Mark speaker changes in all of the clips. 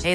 Speaker 1: Hey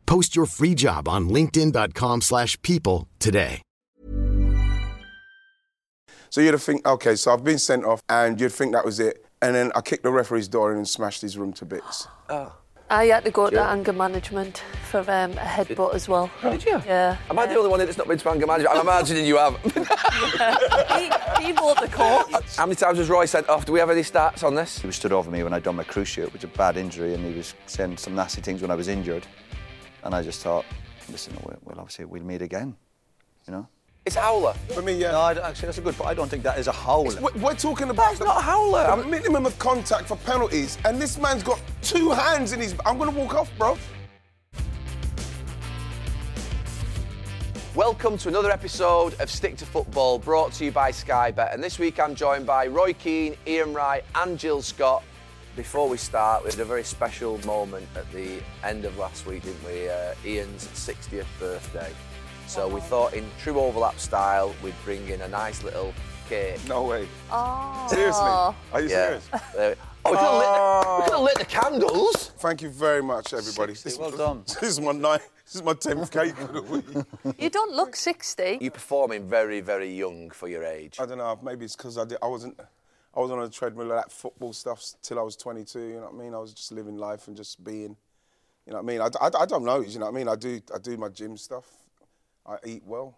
Speaker 2: Post your free job on linkedin.com/people slash people today.
Speaker 3: So you'd think, okay, so I've been sent off, and you'd think that was it. And then I kicked the referee's door in and smashed his room to bits.
Speaker 4: I had to go to anger management for um, a headbutt as well.
Speaker 3: Oh.
Speaker 5: Did you?
Speaker 4: Yeah.
Speaker 5: Am I the only one that's not been to anger management? I'm imagining you have.
Speaker 4: he, he bought the court.
Speaker 5: How many times was Roy sent off? Do we have any stats on this?
Speaker 6: He was stood over me when I'd done my cruise shoot, which was a bad injury, and he was saying some nasty things when I was injured. And I just thought, listen, we'll we'll obviously we'll meet again, you know.
Speaker 5: It's Howler.
Speaker 3: For me, yeah.
Speaker 6: No, I don't- actually, that's a good. But I don't think that is a howl.
Speaker 3: We- We're talking about
Speaker 5: That's not a howler.
Speaker 3: the
Speaker 5: I'm-
Speaker 3: minimum of contact for penalties, and this man's got two hands in his. I'm gonna walk off, bro.
Speaker 5: Welcome to another episode of Stick to Football, brought to you by Sky Bet. And this week I'm joined by Roy Keane, Ian Wright, and Jill Scott. Before we start, we had a very special moment at the end of last week, didn't we? Uh, Ian's 60th birthday. So we thought, in true overlap style, we'd bring in a nice little cake.
Speaker 3: No way.
Speaker 4: Oh.
Speaker 3: Seriously? Are you
Speaker 5: Yeah.
Speaker 3: serious?
Speaker 5: There we- Oh, we could have lit, we could have lit the candles.
Speaker 3: Thank you very much, everybody. This-
Speaker 6: well done.
Speaker 3: This is my ninth. This is my tenth cake of the week.
Speaker 4: You don't look 60.
Speaker 5: You're performing very, very young for your age.
Speaker 3: I don't know. Maybe it's because I did. I wasn't. I was on a treadmill of that football stuff till I was 22. You know what I mean? I was just living life and just being. You know what I mean? I, d- I d- I don't know. You know what I mean? I do. I do my gym stuff. I eat well.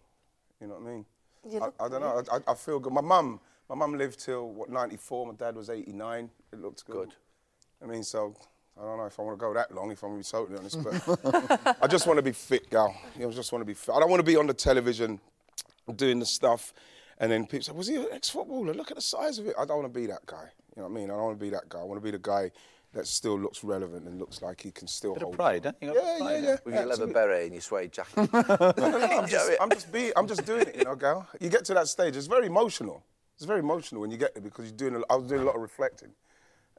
Speaker 3: You know what I mean?
Speaker 4: You look
Speaker 3: I, I don't know. I, I, I feel good. My mum. My mum lived till what 94. My dad was 89. It looked good.
Speaker 5: Good.
Speaker 3: I mean, so I don't know if I want to go that long, if I'm going to be totally honest, but I just want to be fit, gal. You know, I just want to be fit. I don't want to be on the television doing the stuff and then people say, was he an ex-footballer? Look at the size of it. I don't want to be that guy. You know what I mean? I don't want to be that guy. I want to be the guy that still looks relevant and looks like he can still
Speaker 6: Bit of
Speaker 3: hold.
Speaker 6: pride, don't you? Got
Speaker 3: Yeah, yeah,
Speaker 6: pride,
Speaker 3: yeah.
Speaker 5: With your leather
Speaker 3: absolutely.
Speaker 5: beret and your suede jacket.
Speaker 3: I'm just, I'm just being, I'm just doing it, you know, gal. You get to that stage, it's very emotional. It's very emotional when you get there because you're doing. A, I was doing a lot of reflecting,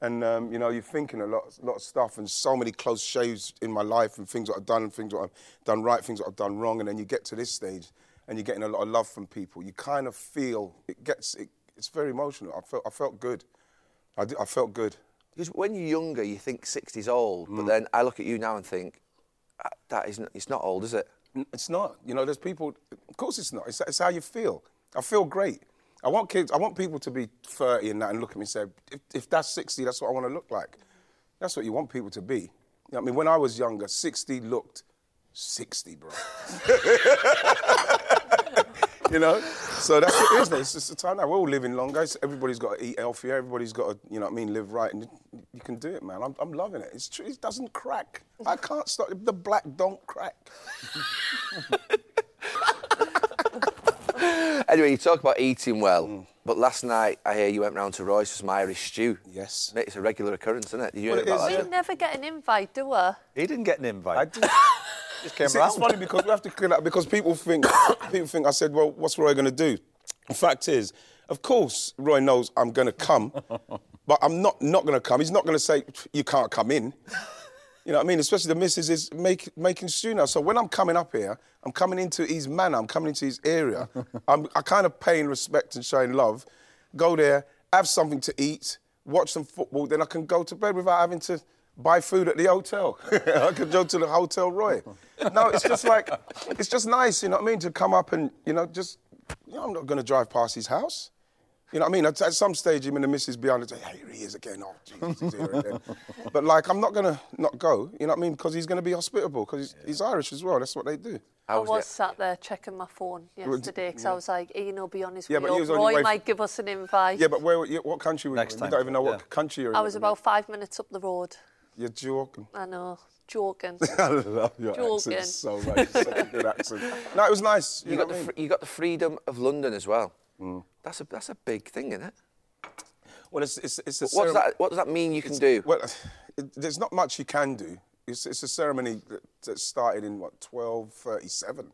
Speaker 3: and um, you know, you're thinking a lot, lot of stuff, and so many close shaves in my life, and things that I've done, and things that I've done right, things that I've done wrong, and then you get to this stage, and you're getting a lot of love from people. You kind of feel it gets. It, it's very emotional. I felt, I felt good. I, did, I felt good.
Speaker 5: Because when you're younger, you think 60's old,
Speaker 3: Mm.
Speaker 5: but then I look at you now and think, "Ah, that isn't, it's not old, is it?
Speaker 3: N- It's not. You know, there's people. Of course, it's not. It's, it's how you feel. I feel great. I want kids. I want people to be 30 and that, and look at me and say, if, if that's 60, that's what I want to look like. That's what you want people to be. You know what I mean, when I was younger, 60 looked 60, bro. you know, so that's what it is. Though. It's just the time now. We're all living longer. It's- everybody's got to eat healthier. Everybody's got to, you know what I mean, live right, and you, you can do it, man. I'm, I'm loving it. It's true. It doesn't crack. I can't stop. The black don't crack.
Speaker 5: Anyway, you talk about eating well,
Speaker 3: Mm.
Speaker 5: but last night I hear you went round to Royce for some Irish stew.
Speaker 3: Yes.
Speaker 5: Mate, it's a regular occurrence, isn't it? Did you
Speaker 3: Well,
Speaker 5: hear
Speaker 3: it
Speaker 5: about
Speaker 3: is,
Speaker 5: that?
Speaker 4: We never get an invite, do we?
Speaker 6: He didn't get an invite.
Speaker 3: I did.
Speaker 6: just came
Speaker 3: See,
Speaker 6: round.
Speaker 3: it's funny because we have to clear that because people think people think I said, well, what's Roy going to do? The fact is, of course, Roy knows I'm going to come, But I'm not not going to come. He's not going to say you can't come in. You know what I mean? Especially the missus is make, making stew now. So when I'm coming up here, I'm coming into his manor, I'm coming into his area. I'm I kind of paying respect and showing love. Go there, have something to eat, watch some football, then I can go to bed without having to buy food at the hotel. I could go to the Hotel Roy. No, it's just like, it's just nice, you know what I mean? To come up and, you know, just, you know, I'm not going to drive past his house. You know what I mean? At, at some stage, him and the missus behind it say, here he is again. Oh, Jesus, he's here again. but, like, I'm not going to not go, you know what I mean? Because he's going to be hospitable, because he's, he's Irish as well. That's what they do.
Speaker 4: I was sat there checking my phone yesterday because I was like, Ian will be on his
Speaker 3: Yeah,
Speaker 4: way
Speaker 3: but he
Speaker 4: up.
Speaker 3: was on your
Speaker 4: Roy
Speaker 3: way f-
Speaker 4: might give us an invite.
Speaker 3: Yeah, but where, were you- what country were you
Speaker 6: Next
Speaker 3: in?
Speaker 6: time.
Speaker 3: We don't even know what
Speaker 6: Yeah.
Speaker 3: country you're in.
Speaker 4: I was about five minutes up the road.
Speaker 3: You're joking.
Speaker 4: I know, joking.
Speaker 3: I love your accent
Speaker 4: Joking.
Speaker 3: so much. It's such a good accent. No, it was nice. You,
Speaker 5: You
Speaker 3: know
Speaker 5: got,
Speaker 3: what I
Speaker 5: the
Speaker 3: mean? Mm.
Speaker 5: fr- you got the freedom of London as well. That's a that's a big thing, isn't it?
Speaker 3: well, it's, it's, it's a
Speaker 5: What's
Speaker 3: ceremony-
Speaker 5: that? What does that mean? You can do.
Speaker 3: Well, it, there's not much you can do. It's, it's a ceremony that, that started in what 1237.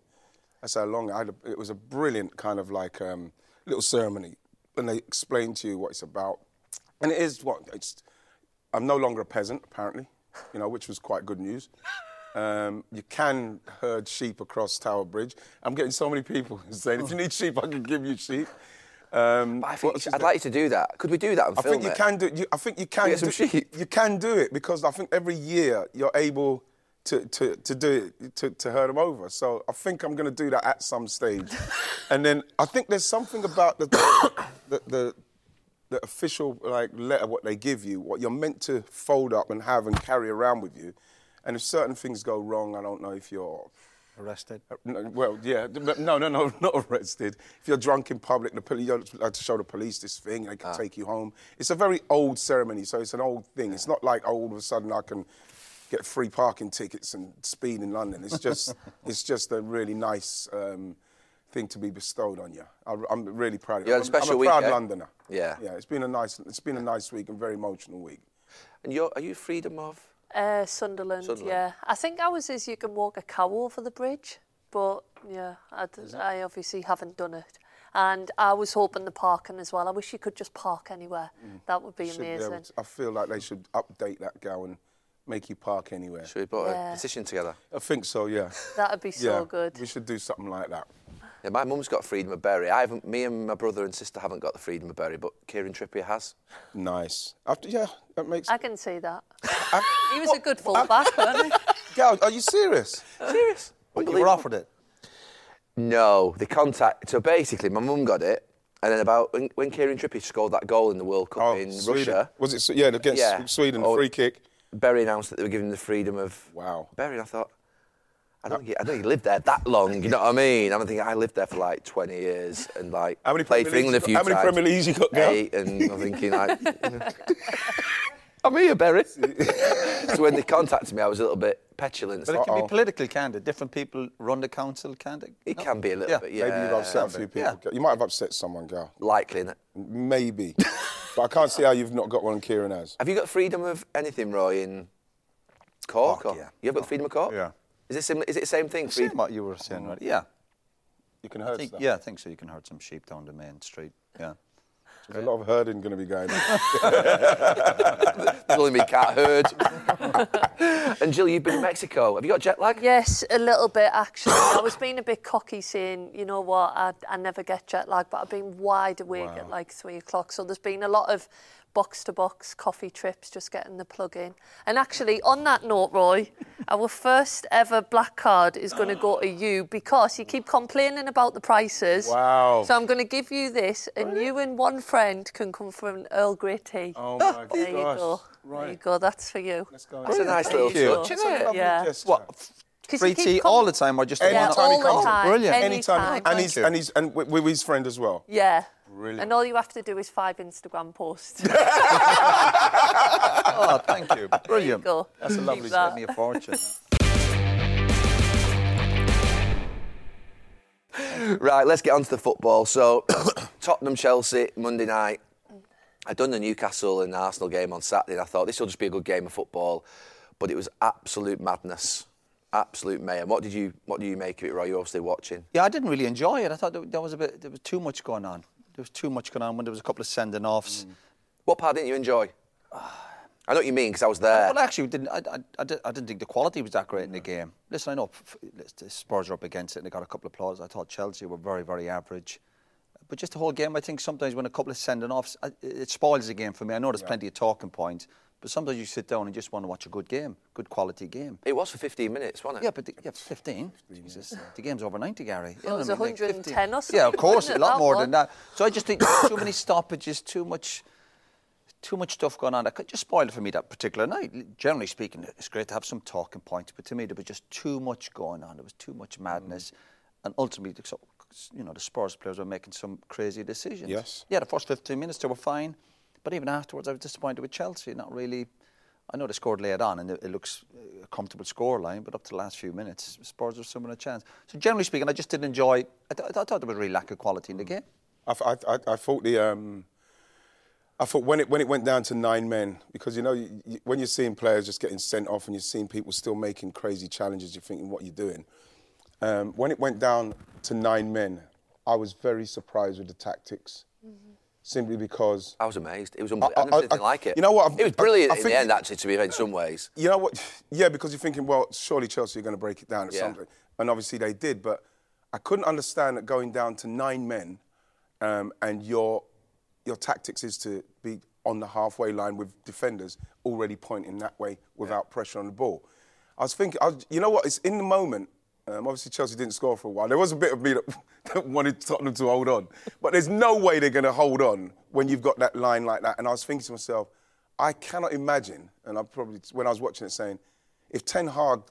Speaker 3: That's how long I had. A, it was a brilliant kind of like um, little ceremony, and they explain to you what it's about. And it is what it's. I'm no longer a peasant apparently, you know, which was quite good news. Um, you can herd sheep across Tower Bridge. I'm getting so many people saying, if you need sheep, I can give you sheep. Um,
Speaker 5: But I
Speaker 3: what
Speaker 5: think
Speaker 3: else is
Speaker 5: I'd
Speaker 3: there?
Speaker 5: like you to do that. Could we do that and
Speaker 3: I
Speaker 5: film
Speaker 3: think you
Speaker 5: it?
Speaker 3: can do. You, I think you can
Speaker 5: Get some
Speaker 3: do,
Speaker 5: sheep.
Speaker 3: You can do it because I think every year you're able to to, to do it to, to herd them over. So I think I'm going to do that at some stage, and then I think there's something about the the, the the official like letter what they give you, what you're meant to fold up and have and carry around with you, and if certain things go wrong, I don't know if you're
Speaker 6: Arrested.
Speaker 3: Uh, no, well, yeah, d- but no, no, no, not arrested. If you're drunk in public, the police you have to show the police this thing, and they
Speaker 5: Ah.
Speaker 3: can take you home. It's a very old ceremony, so it's an old thing. It's not like oh, all of a sudden I can get free parking tickets and speed in London. It's just, it's just a really nice um, thing to be bestowed on you. I, am really proud. of
Speaker 5: You had a
Speaker 3: it.
Speaker 5: special
Speaker 3: I'm a
Speaker 5: week,
Speaker 3: proud
Speaker 5: eh?
Speaker 3: Londoner.
Speaker 5: Yeah.
Speaker 3: yeah. It's been a nice, it's been a nice week and very emotional week.
Speaker 5: And you're, are you freedom of?
Speaker 4: Uh, Sunderland,
Speaker 5: Sunderland.
Speaker 4: yeah. I think ours is you can walk a cow over the bridge, but yeah, I, d- I obviously haven't done it. And I was hoping the parking as well. I wish you could just park anywhere. That would be
Speaker 3: Should Mm. be able
Speaker 4: amazing.
Speaker 3: to- I feel like they should update that gal and make you park anywhere.
Speaker 5: Should we put a
Speaker 4: Yeah.
Speaker 5: petition together?
Speaker 3: I think so. Oh, Yeah.
Speaker 4: That would be so
Speaker 3: yeah,
Speaker 4: good.
Speaker 3: We should do something like that.
Speaker 5: Yeah, my mum's got freedom of berry. I haven't. Me and my brother and sister haven't got the freedom of berry, but Kieran Trippier has.
Speaker 3: Nice. After, yeah, that makes.
Speaker 4: I can see that. he was a good fullback, wasn't he?
Speaker 3: Gal, are you serious?
Speaker 5: Serious?
Speaker 6: But you were offered it.
Speaker 5: No, the contact. So basically, my mum got it, and then about when, when Kieran Trippier scored that goal in the World Cup in
Speaker 3: Oh, Sweden.
Speaker 5: Russia,
Speaker 3: Was it? Swe- Yeah, against
Speaker 5: Yeah.
Speaker 3: Sweden,
Speaker 5: Oh.
Speaker 3: free kick.
Speaker 5: Berry announced that they were giving him the freedom of.
Speaker 3: Wow. Uh,
Speaker 5: Berry, and I thought. I don't, think he, I don't think he lived there that long, you know what I mean? I'm thinking I lived there for like 20 years and like
Speaker 3: How many
Speaker 5: played for
Speaker 3: Premier
Speaker 5: England a
Speaker 3: Leagues you
Speaker 5: few
Speaker 3: got- how many
Speaker 5: times.
Speaker 3: Premier
Speaker 5: Eight,
Speaker 3: Leagues you got, Gav?
Speaker 5: and I'm thinking like, you know. I'm here, Berry. so when they contacted me, I was a little bit petulant.
Speaker 6: But it can be politically candid. Different people run the council, can't it?
Speaker 5: It can be a little bit, yeah.
Speaker 3: Maybe you've upset a few people.
Speaker 6: Yeah.
Speaker 3: Gal. You might have upset someone, Gal.
Speaker 5: Likely, innit?
Speaker 3: Maybe. but I can't see how you've not got one Kieran has.
Speaker 5: Have you got freedom of anything, Roy, in Cork?
Speaker 6: Cork,
Speaker 5: or-
Speaker 6: yeah.
Speaker 5: You have got freedom of Cork?
Speaker 6: Yeah.
Speaker 5: Is it, sim- is it the same thing?
Speaker 6: Same
Speaker 5: Freedom?
Speaker 6: what you were saying, right? Yeah.
Speaker 3: You can herd
Speaker 6: Think-
Speaker 3: stuff.
Speaker 6: yeah, I think so. You can herd some sheep down the main street. Yeah.
Speaker 3: There's a lot of herding going to be going on.
Speaker 5: Telling me cat herd. and Jill, you've been in Mexico. Have you got jet lag?
Speaker 4: Yes, a little bit actually. I was being a bit cocky saying, you know what, I, I never get jet lag, but I've been wide awake at like three o'clock. So there's been a lot of box to box coffee trips, just getting the plug in. And actually, on that note, Roy, our first ever black card is going to go to you because you keep complaining about the prices.
Speaker 3: Wow.
Speaker 4: So I'm going to give you this, and you and one friend can come for an Earl Grey tea.
Speaker 3: Oh my
Speaker 4: there you
Speaker 3: gosh.
Speaker 4: go. There you
Speaker 3: Right.
Speaker 4: go. That's for you.
Speaker 3: Let's go.
Speaker 5: That's a nice
Speaker 4: There
Speaker 5: little
Speaker 4: you go.
Speaker 5: touch,
Speaker 3: That's a
Speaker 5: isn't it?
Speaker 3: lovely
Speaker 4: Yeah.
Speaker 3: gesture.
Speaker 6: What?
Speaker 4: 'Cause you
Speaker 6: Free
Speaker 4: keep
Speaker 6: tea
Speaker 4: com-
Speaker 6: all the time, or just
Speaker 3: Any
Speaker 6: one
Speaker 4: Yeah,
Speaker 6: on-
Speaker 3: time he
Speaker 4: all the
Speaker 3: comes.
Speaker 4: time.
Speaker 6: Brilliant.
Speaker 4: Any
Speaker 3: Anytime.
Speaker 4: time.
Speaker 3: and
Speaker 6: Thank
Speaker 3: he's
Speaker 6: you.
Speaker 3: and he's and with, with his friend as well.
Speaker 4: Yeah.
Speaker 3: Brilliant.
Speaker 4: And all you have to do is five Instagram posts.
Speaker 6: Oh, thank you. Brilliant.
Speaker 4: go.
Speaker 6: That's a
Speaker 4: Keep
Speaker 6: lovely
Speaker 4: that.
Speaker 6: set me a fortune.
Speaker 5: Right, let's get on to the football. So, Tottenham, Chelsea, Monday night. I'd done the Newcastle and Arsenal game on Saturday, and I thought this will just be a good game of football. But it was absolute madness, absolute mayhem. What did you What do you make of it, Roy? You're obviously watching.
Speaker 6: Yeah, I didn't really enjoy it. I thought there, there was a bit, there was too much going on. There was too much going on when there was a couple of sending offs.
Speaker 5: What What part didn't Mm. you enjoy? I know what you mean because I was there. Mm.
Speaker 6: Well, actually, we didn't I, I, I, did, not think the quality was that great in the game. Listen, I know f- f- let's- the Spurs are up against it and they got a couple of applause. I thought Chelsea were very, very average. But just the whole game, I think sometimes when a couple of sending offs, I- it spoils the game for me. I know there's plenty of talking points, but sometimes you sit down and just want to watch a good game, good quality game.
Speaker 5: It was for 15 minutes, wasn't it?
Speaker 6: Yeah, but the, yeah, 15. Jesus, uh, the game's over 90, Gary. You know
Speaker 4: it was
Speaker 6: what I mean,
Speaker 4: 110
Speaker 6: 15.
Speaker 4: or something,
Speaker 6: Yeah, of course,
Speaker 4: wasn't
Speaker 6: a
Speaker 4: it,
Speaker 6: lot
Speaker 4: that
Speaker 6: more
Speaker 4: one?
Speaker 6: than that. So I just think too many stoppages, too much, too much stuff going on. That could just spoiled it for me that particular night. Generally speaking, it's great to have some talking points, but to me there was just too much going on. There was too much madness, and ultimately, the- so, you know, the Spurs players were making some crazy decisions.
Speaker 3: Yes.
Speaker 6: Yeah, the first 15 minutes they were fine, but even afterwards, I was disappointed with Chelsea. Not really. I know they scored late on, and it, it looks uh, a comfortable scoreline, but up to the last few minutes, Spurs were swimming a chance. So generally speaking, I just didn't enjoy. I, th- I thought there was really lack of quality in the game.
Speaker 3: I, th- I, th- I, I thought the um, I thought when it when it went down to nine men because you know you, you, when you're seeing players just getting sent off and you're seeing people still making crazy challenges, you're thinking what you're doing. Um, when it went down to nine men, I was very surprised with the tactics, simply because
Speaker 5: I was amazed. It was
Speaker 3: I-
Speaker 5: unbelievable. I,
Speaker 3: I-
Speaker 5: didn't
Speaker 3: I-
Speaker 5: like it.
Speaker 3: you know what, I've-
Speaker 5: It was
Speaker 3: I-
Speaker 5: brilliant
Speaker 3: I
Speaker 5: in
Speaker 3: think-
Speaker 5: the end, actually, to be fair, in some ways.
Speaker 3: you know what? Yeah, because you're thinking, well, surely Chelsea are going to break it down at
Speaker 5: Yeah.
Speaker 3: some point. And obviously they did, but I couldn't understand that going down to nine men um, and your your tactics is to be on the halfway line with defenders already pointing that way without pressure on the ball. I was thinking, I was, you know what? It's in the moment. Um, obviously, Chelsea didn't score for a while. There was a bit of me that, that wanted Tottenham to hold on, but there's no way they're going to hold on when you've got that line like that. And I was thinking to myself, I cannot imagine. And I probably, when I was watching it, saying, if Ten Hag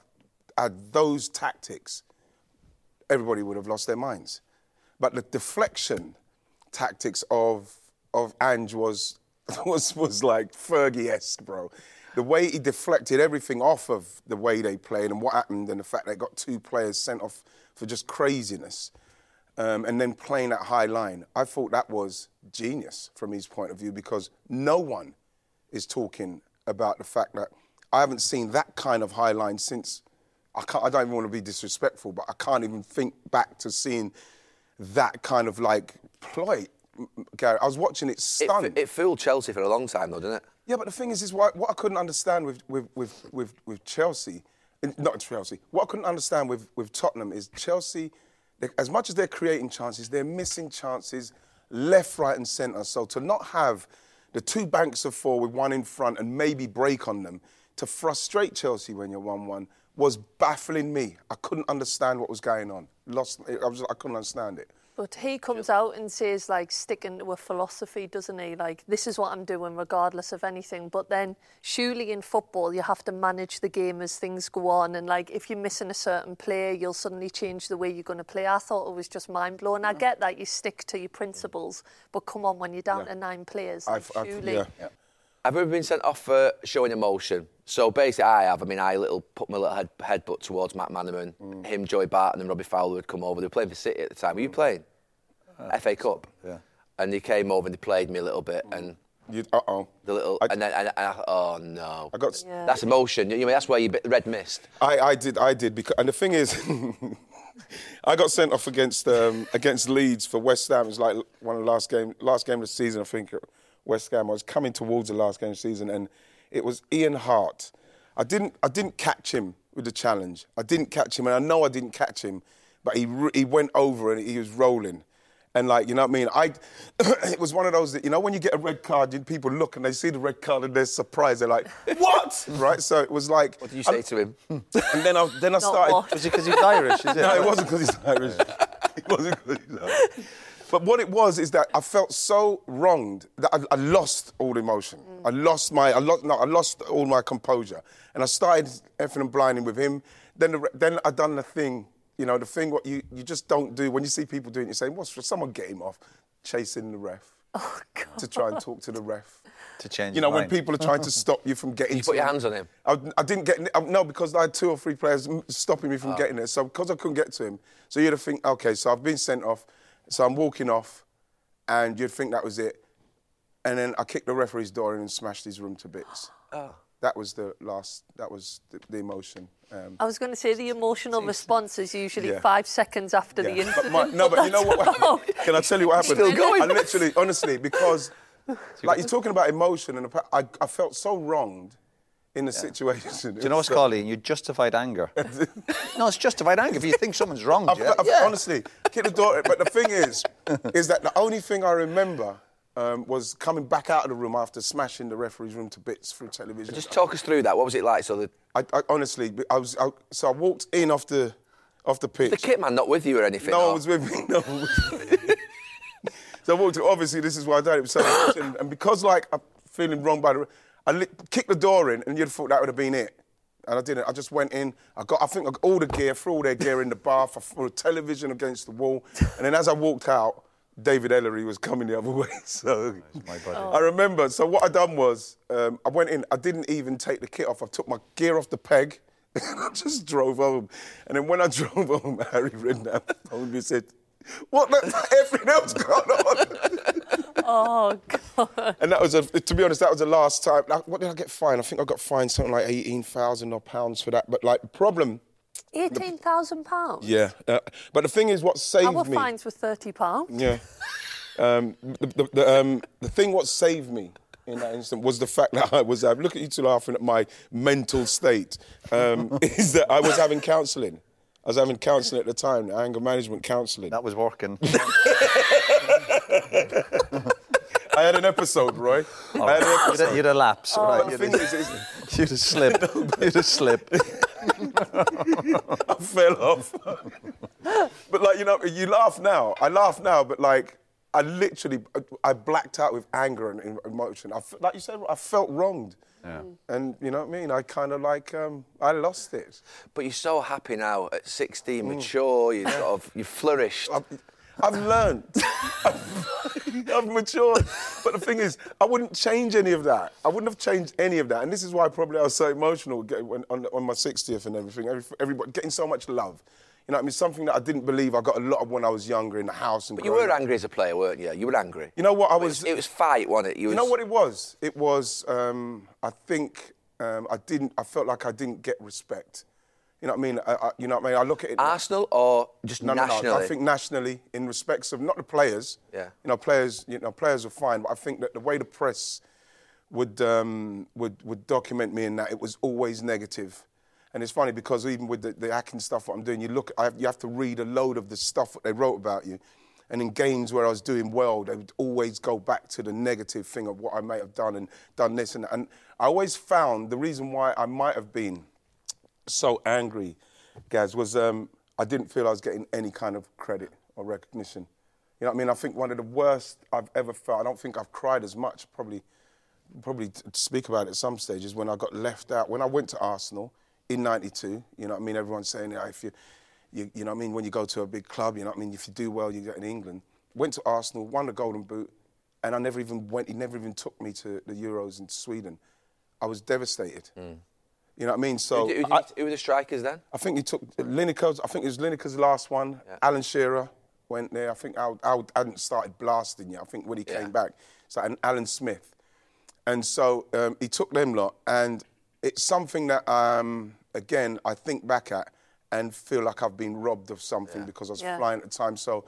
Speaker 3: had uh, those tactics, everybody would have lost their minds. But the deflection tactics of of Ange was was was like Fergie-esque, bro. The way he deflected everything off of the way they played and what happened, and the fact they got two players sent off for just craziness, um, and then playing that high line, I thought that was genius from his point of view because no one is talking about the fact that I haven't seen that kind of high line since. I, can't, I don't even want to be disrespectful, but I can't even think back to seeing that kind of like ploy. M- m- Gary, I was watching it
Speaker 5: It, f-
Speaker 3: stunned.
Speaker 5: it fooled Chelsea for a long time, though, didn't it?
Speaker 3: Yeah, but the thing is, is why, what I couldn't understand with with with with, with Chelsea, eh, not Chelsea. What I couldn't understand with with Tottenham is Chelsea. they- As much as they're creating chances, they're missing chances left, right, and centre. So to not have the two banks of four with one in front and maybe break on them to frustrate Chelsea when you're one-one was baffling me. I couldn't understand what was going on. Lost. I was. I couldn't understand it.
Speaker 4: But he comes out and says, like, sticking to a philosophy, doesn't he? Like, this is what I'm doing, regardless of anything. But then, surely in football, you have to manage the game as things go on. And, like, if you're missing a certain player, you'll suddenly change the way you're going to play. I thought it was just mind blowing. I get that you stick to your principles, but come on, when you're down to nine players,
Speaker 3: I
Speaker 4: like,
Speaker 3: f- I f-
Speaker 4: surely.
Speaker 3: yeah.
Speaker 5: Have you ever been sent off for showing emotion? So basically, I have. I mean, I little put my little head, headbutt towards Matt Manaman,
Speaker 3: Mm.
Speaker 5: him, Joey Barton, and Robbie Fowler would come over. They were playing for City at the time. Were you playing? FA Cup. Yeah. And they came over and they played me a little bit, and
Speaker 3: You, uh-oh.
Speaker 5: the little,
Speaker 3: I-
Speaker 5: and then and, and I thought, oh no.
Speaker 3: I got. s-
Speaker 5: That's emotion. You know, that's where you bit red mist.
Speaker 3: I, I did, I did. Because, and the thing is, I got sent off against um, against Leeds for West Ham. It was like one of the last game, last game of the season. I think at West Ham. I was coming towards the last game of the season, and it was Ian Hart. I didn't, I didn't catch him with the challenge. I didn't catch him, and I know I didn't catch him, but he re- he went over and he was rolling. And like, you know what I mean? I, it was one of those that, you know, when you get a red card, you, people look and they see the red card and they're surprised. They're like, what? right? So it was like.
Speaker 5: What did you say to him?
Speaker 3: And then I then I started.
Speaker 4: what?
Speaker 6: Was it because he's Irish? Is it?
Speaker 3: No, it wasn't because he's Irish. it wasn't 'cause he's Irish. But what it was is that I felt so wronged that I, I lost all emotion. I lost my, I lost, no, I lost all my composure, and I started effing and blinding with him. Then, the, re- then I done the thing, you know, the thing what you, you just don't do when you see people doing. it, You say, "What's for someone get him off?" Chasing the ref to try and talk to the ref.
Speaker 6: To change
Speaker 3: You know,
Speaker 6: his
Speaker 3: when
Speaker 6: mind.
Speaker 3: people are trying to stop you from getting.
Speaker 5: You put
Speaker 3: to
Speaker 5: your
Speaker 3: him.
Speaker 5: hands on him?
Speaker 3: I, I didn't get I- no because I had two or three players m- stopping me
Speaker 6: Ah.
Speaker 3: from getting it. So because I couldn't get to him, so you'd think, okay, so I've been sent off, so I'm walking off, and you'd think that was it, and then I kicked the referee's door in and smashed his room to bits.
Speaker 6: Ah.
Speaker 3: Oh. That was the last. That was the, the emotion. Um,
Speaker 4: I was going to say the emotional response is usually
Speaker 3: Yeah.
Speaker 4: five seconds after the
Speaker 3: yeah.
Speaker 4: incident.
Speaker 3: But my- no, but you know
Speaker 4: that's
Speaker 3: what?
Speaker 4: not-
Speaker 3: happened? Can I tell you what happened?
Speaker 5: Still going.
Speaker 3: I literally, honestly, because like you're talking about emotion, and appa- I, I felt so wronged in the situation.
Speaker 6: Do you know what's Carly? You justified anger. no, it's justified anger. If you think someone's wronged
Speaker 3: I've,
Speaker 6: you,
Speaker 3: I've-
Speaker 6: yeah.
Speaker 3: Honestly, kick the door. But the thing is, is that the only thing I remember um, was coming back out of the room after smashing the referee's room to bits through television.
Speaker 5: Just talk us through that. What was it like? So the,
Speaker 3: I, I honestly, I was I, so I walked in off the off the pitch.
Speaker 5: the kit man not with you or anything?
Speaker 3: No
Speaker 5: or-
Speaker 3: one was with me. No one was with me. so I walked. in- Obviously, this is why I done it. was so emotional. and because like I'm feeling wrong by the, I li- kicked the door in, and you'd have thought that would have been it. And I didn't. I just went in. I got. I think I got all the gear, threw all their gear in the bath. I threw a television against the wall. And then as I walked out, David Ellery was coming the other way. So I remember. So what I done was um, I went in. I didn't even take the kit off. I took my gear off the peg. I just drove home. And then when I drove home, Harry Redknapp phoned me and said, what the everything else going on?
Speaker 4: Oh, God.
Speaker 3: and that was, a, to be honest, that was the last time. Like, what did I get fined? I think I got fined something like 18,000 odd pounds for that. But like the problem,
Speaker 4: £18,000?
Speaker 3: yeah. Uh, but the thing is, what saved
Speaker 4: Our
Speaker 3: me.
Speaker 4: fines were £30.
Speaker 3: Yeah. Um, the, the, the, um, the thing what saved me in that instant was the fact that I was having, look at you two laughing at my mental state, um, is that I was having counselling. I was having counselling at the time, anger management counselling.
Speaker 6: that was working.
Speaker 3: I had an episode, Roy. I had an episode.
Speaker 6: Oh, you'd, a, you'd a lapse, all
Speaker 3: But
Speaker 6: right?
Speaker 3: the
Speaker 6: You'd
Speaker 3: thing
Speaker 6: a,
Speaker 3: is, is
Speaker 6: you'd a slip. You'd a slip.
Speaker 3: I fell off. but like you know, you laugh now. I laugh now, but like I literally, I blacked out with anger and emotion. I f like you said, I felt wronged. And you know what I mean? I kind of like, um, I lost it.
Speaker 5: But you're so happy now at 16,
Speaker 3: Mm.
Speaker 5: mature. You sort of you flourished.
Speaker 3: I've, I've learned. I've, I've matured. But the thing is, I wouldn't change any of that. I wouldn't have changed any of that. And this is why probably I was so emotional get- when, on, on my 60th and everything. Every, everybody getting so much love. You know what I mean? Something that I didn't believe I got a lot of when I was younger in the house and.
Speaker 5: But you
Speaker 3: growing
Speaker 5: were
Speaker 3: up.
Speaker 5: angry as a player, weren't you? You were angry.
Speaker 3: You know what? I
Speaker 5: But
Speaker 3: was.
Speaker 5: It was, it was fight, wasn't it? You,
Speaker 3: you
Speaker 5: was,
Speaker 3: know what it was? It was. Um, I think um, I didn't. I felt like I didn't get respect. You know what I mean? I, I, you know what I mean? I look at it.
Speaker 5: Arsenal or Ah, just
Speaker 3: No, no,
Speaker 5: nationally?
Speaker 3: no. I think nationally, in respects of not the players.
Speaker 5: Yeah.
Speaker 3: You know, players. You know, players are fine, but I think that the way the press would um, would would document me in that it was always negative. And it's funny because even with the, the hacking stuff, what I'm doing, you look, I have, you have to read a load of the stuff that they wrote about you. And in games where I was doing well, they would always go back to the negative thing of what I may have done and done this and that. And I always found the reason why I might have been so angry, Gaz, was um, I didn't feel I was getting any kind of credit or recognition. You know what I mean? I think one of the worst I've ever felt. I don't think I've cried as much. Probably, probably t- speak about it at some stages when I got left out. When I went to Arsenal in '92, you know what I mean? Everyone's saying, yeah, if you, you, you know what I mean? When you go to a big club, you know what I mean? If you do well, you get in England. Went to Arsenal, won the Golden Boot, and I never even went. He never even took me to the Euros in Sweden. I was devastated. You know what I mean?
Speaker 5: Mm. Who,
Speaker 3: So
Speaker 5: did- who did
Speaker 3: I-
Speaker 5: you- who were the strikers then?
Speaker 3: I think he took Lineker's. I think it was Lineker's last one. Alan Shearer went there. I think Al, Al hadn't started blasting yet. I think when he
Speaker 5: Yeah.
Speaker 3: came back, so and Alan Smith, and so um, he took them lot. And it's something that um, again I think back at and feel like I've been robbed of something because I was
Speaker 4: Yeah.
Speaker 3: flying at the time. So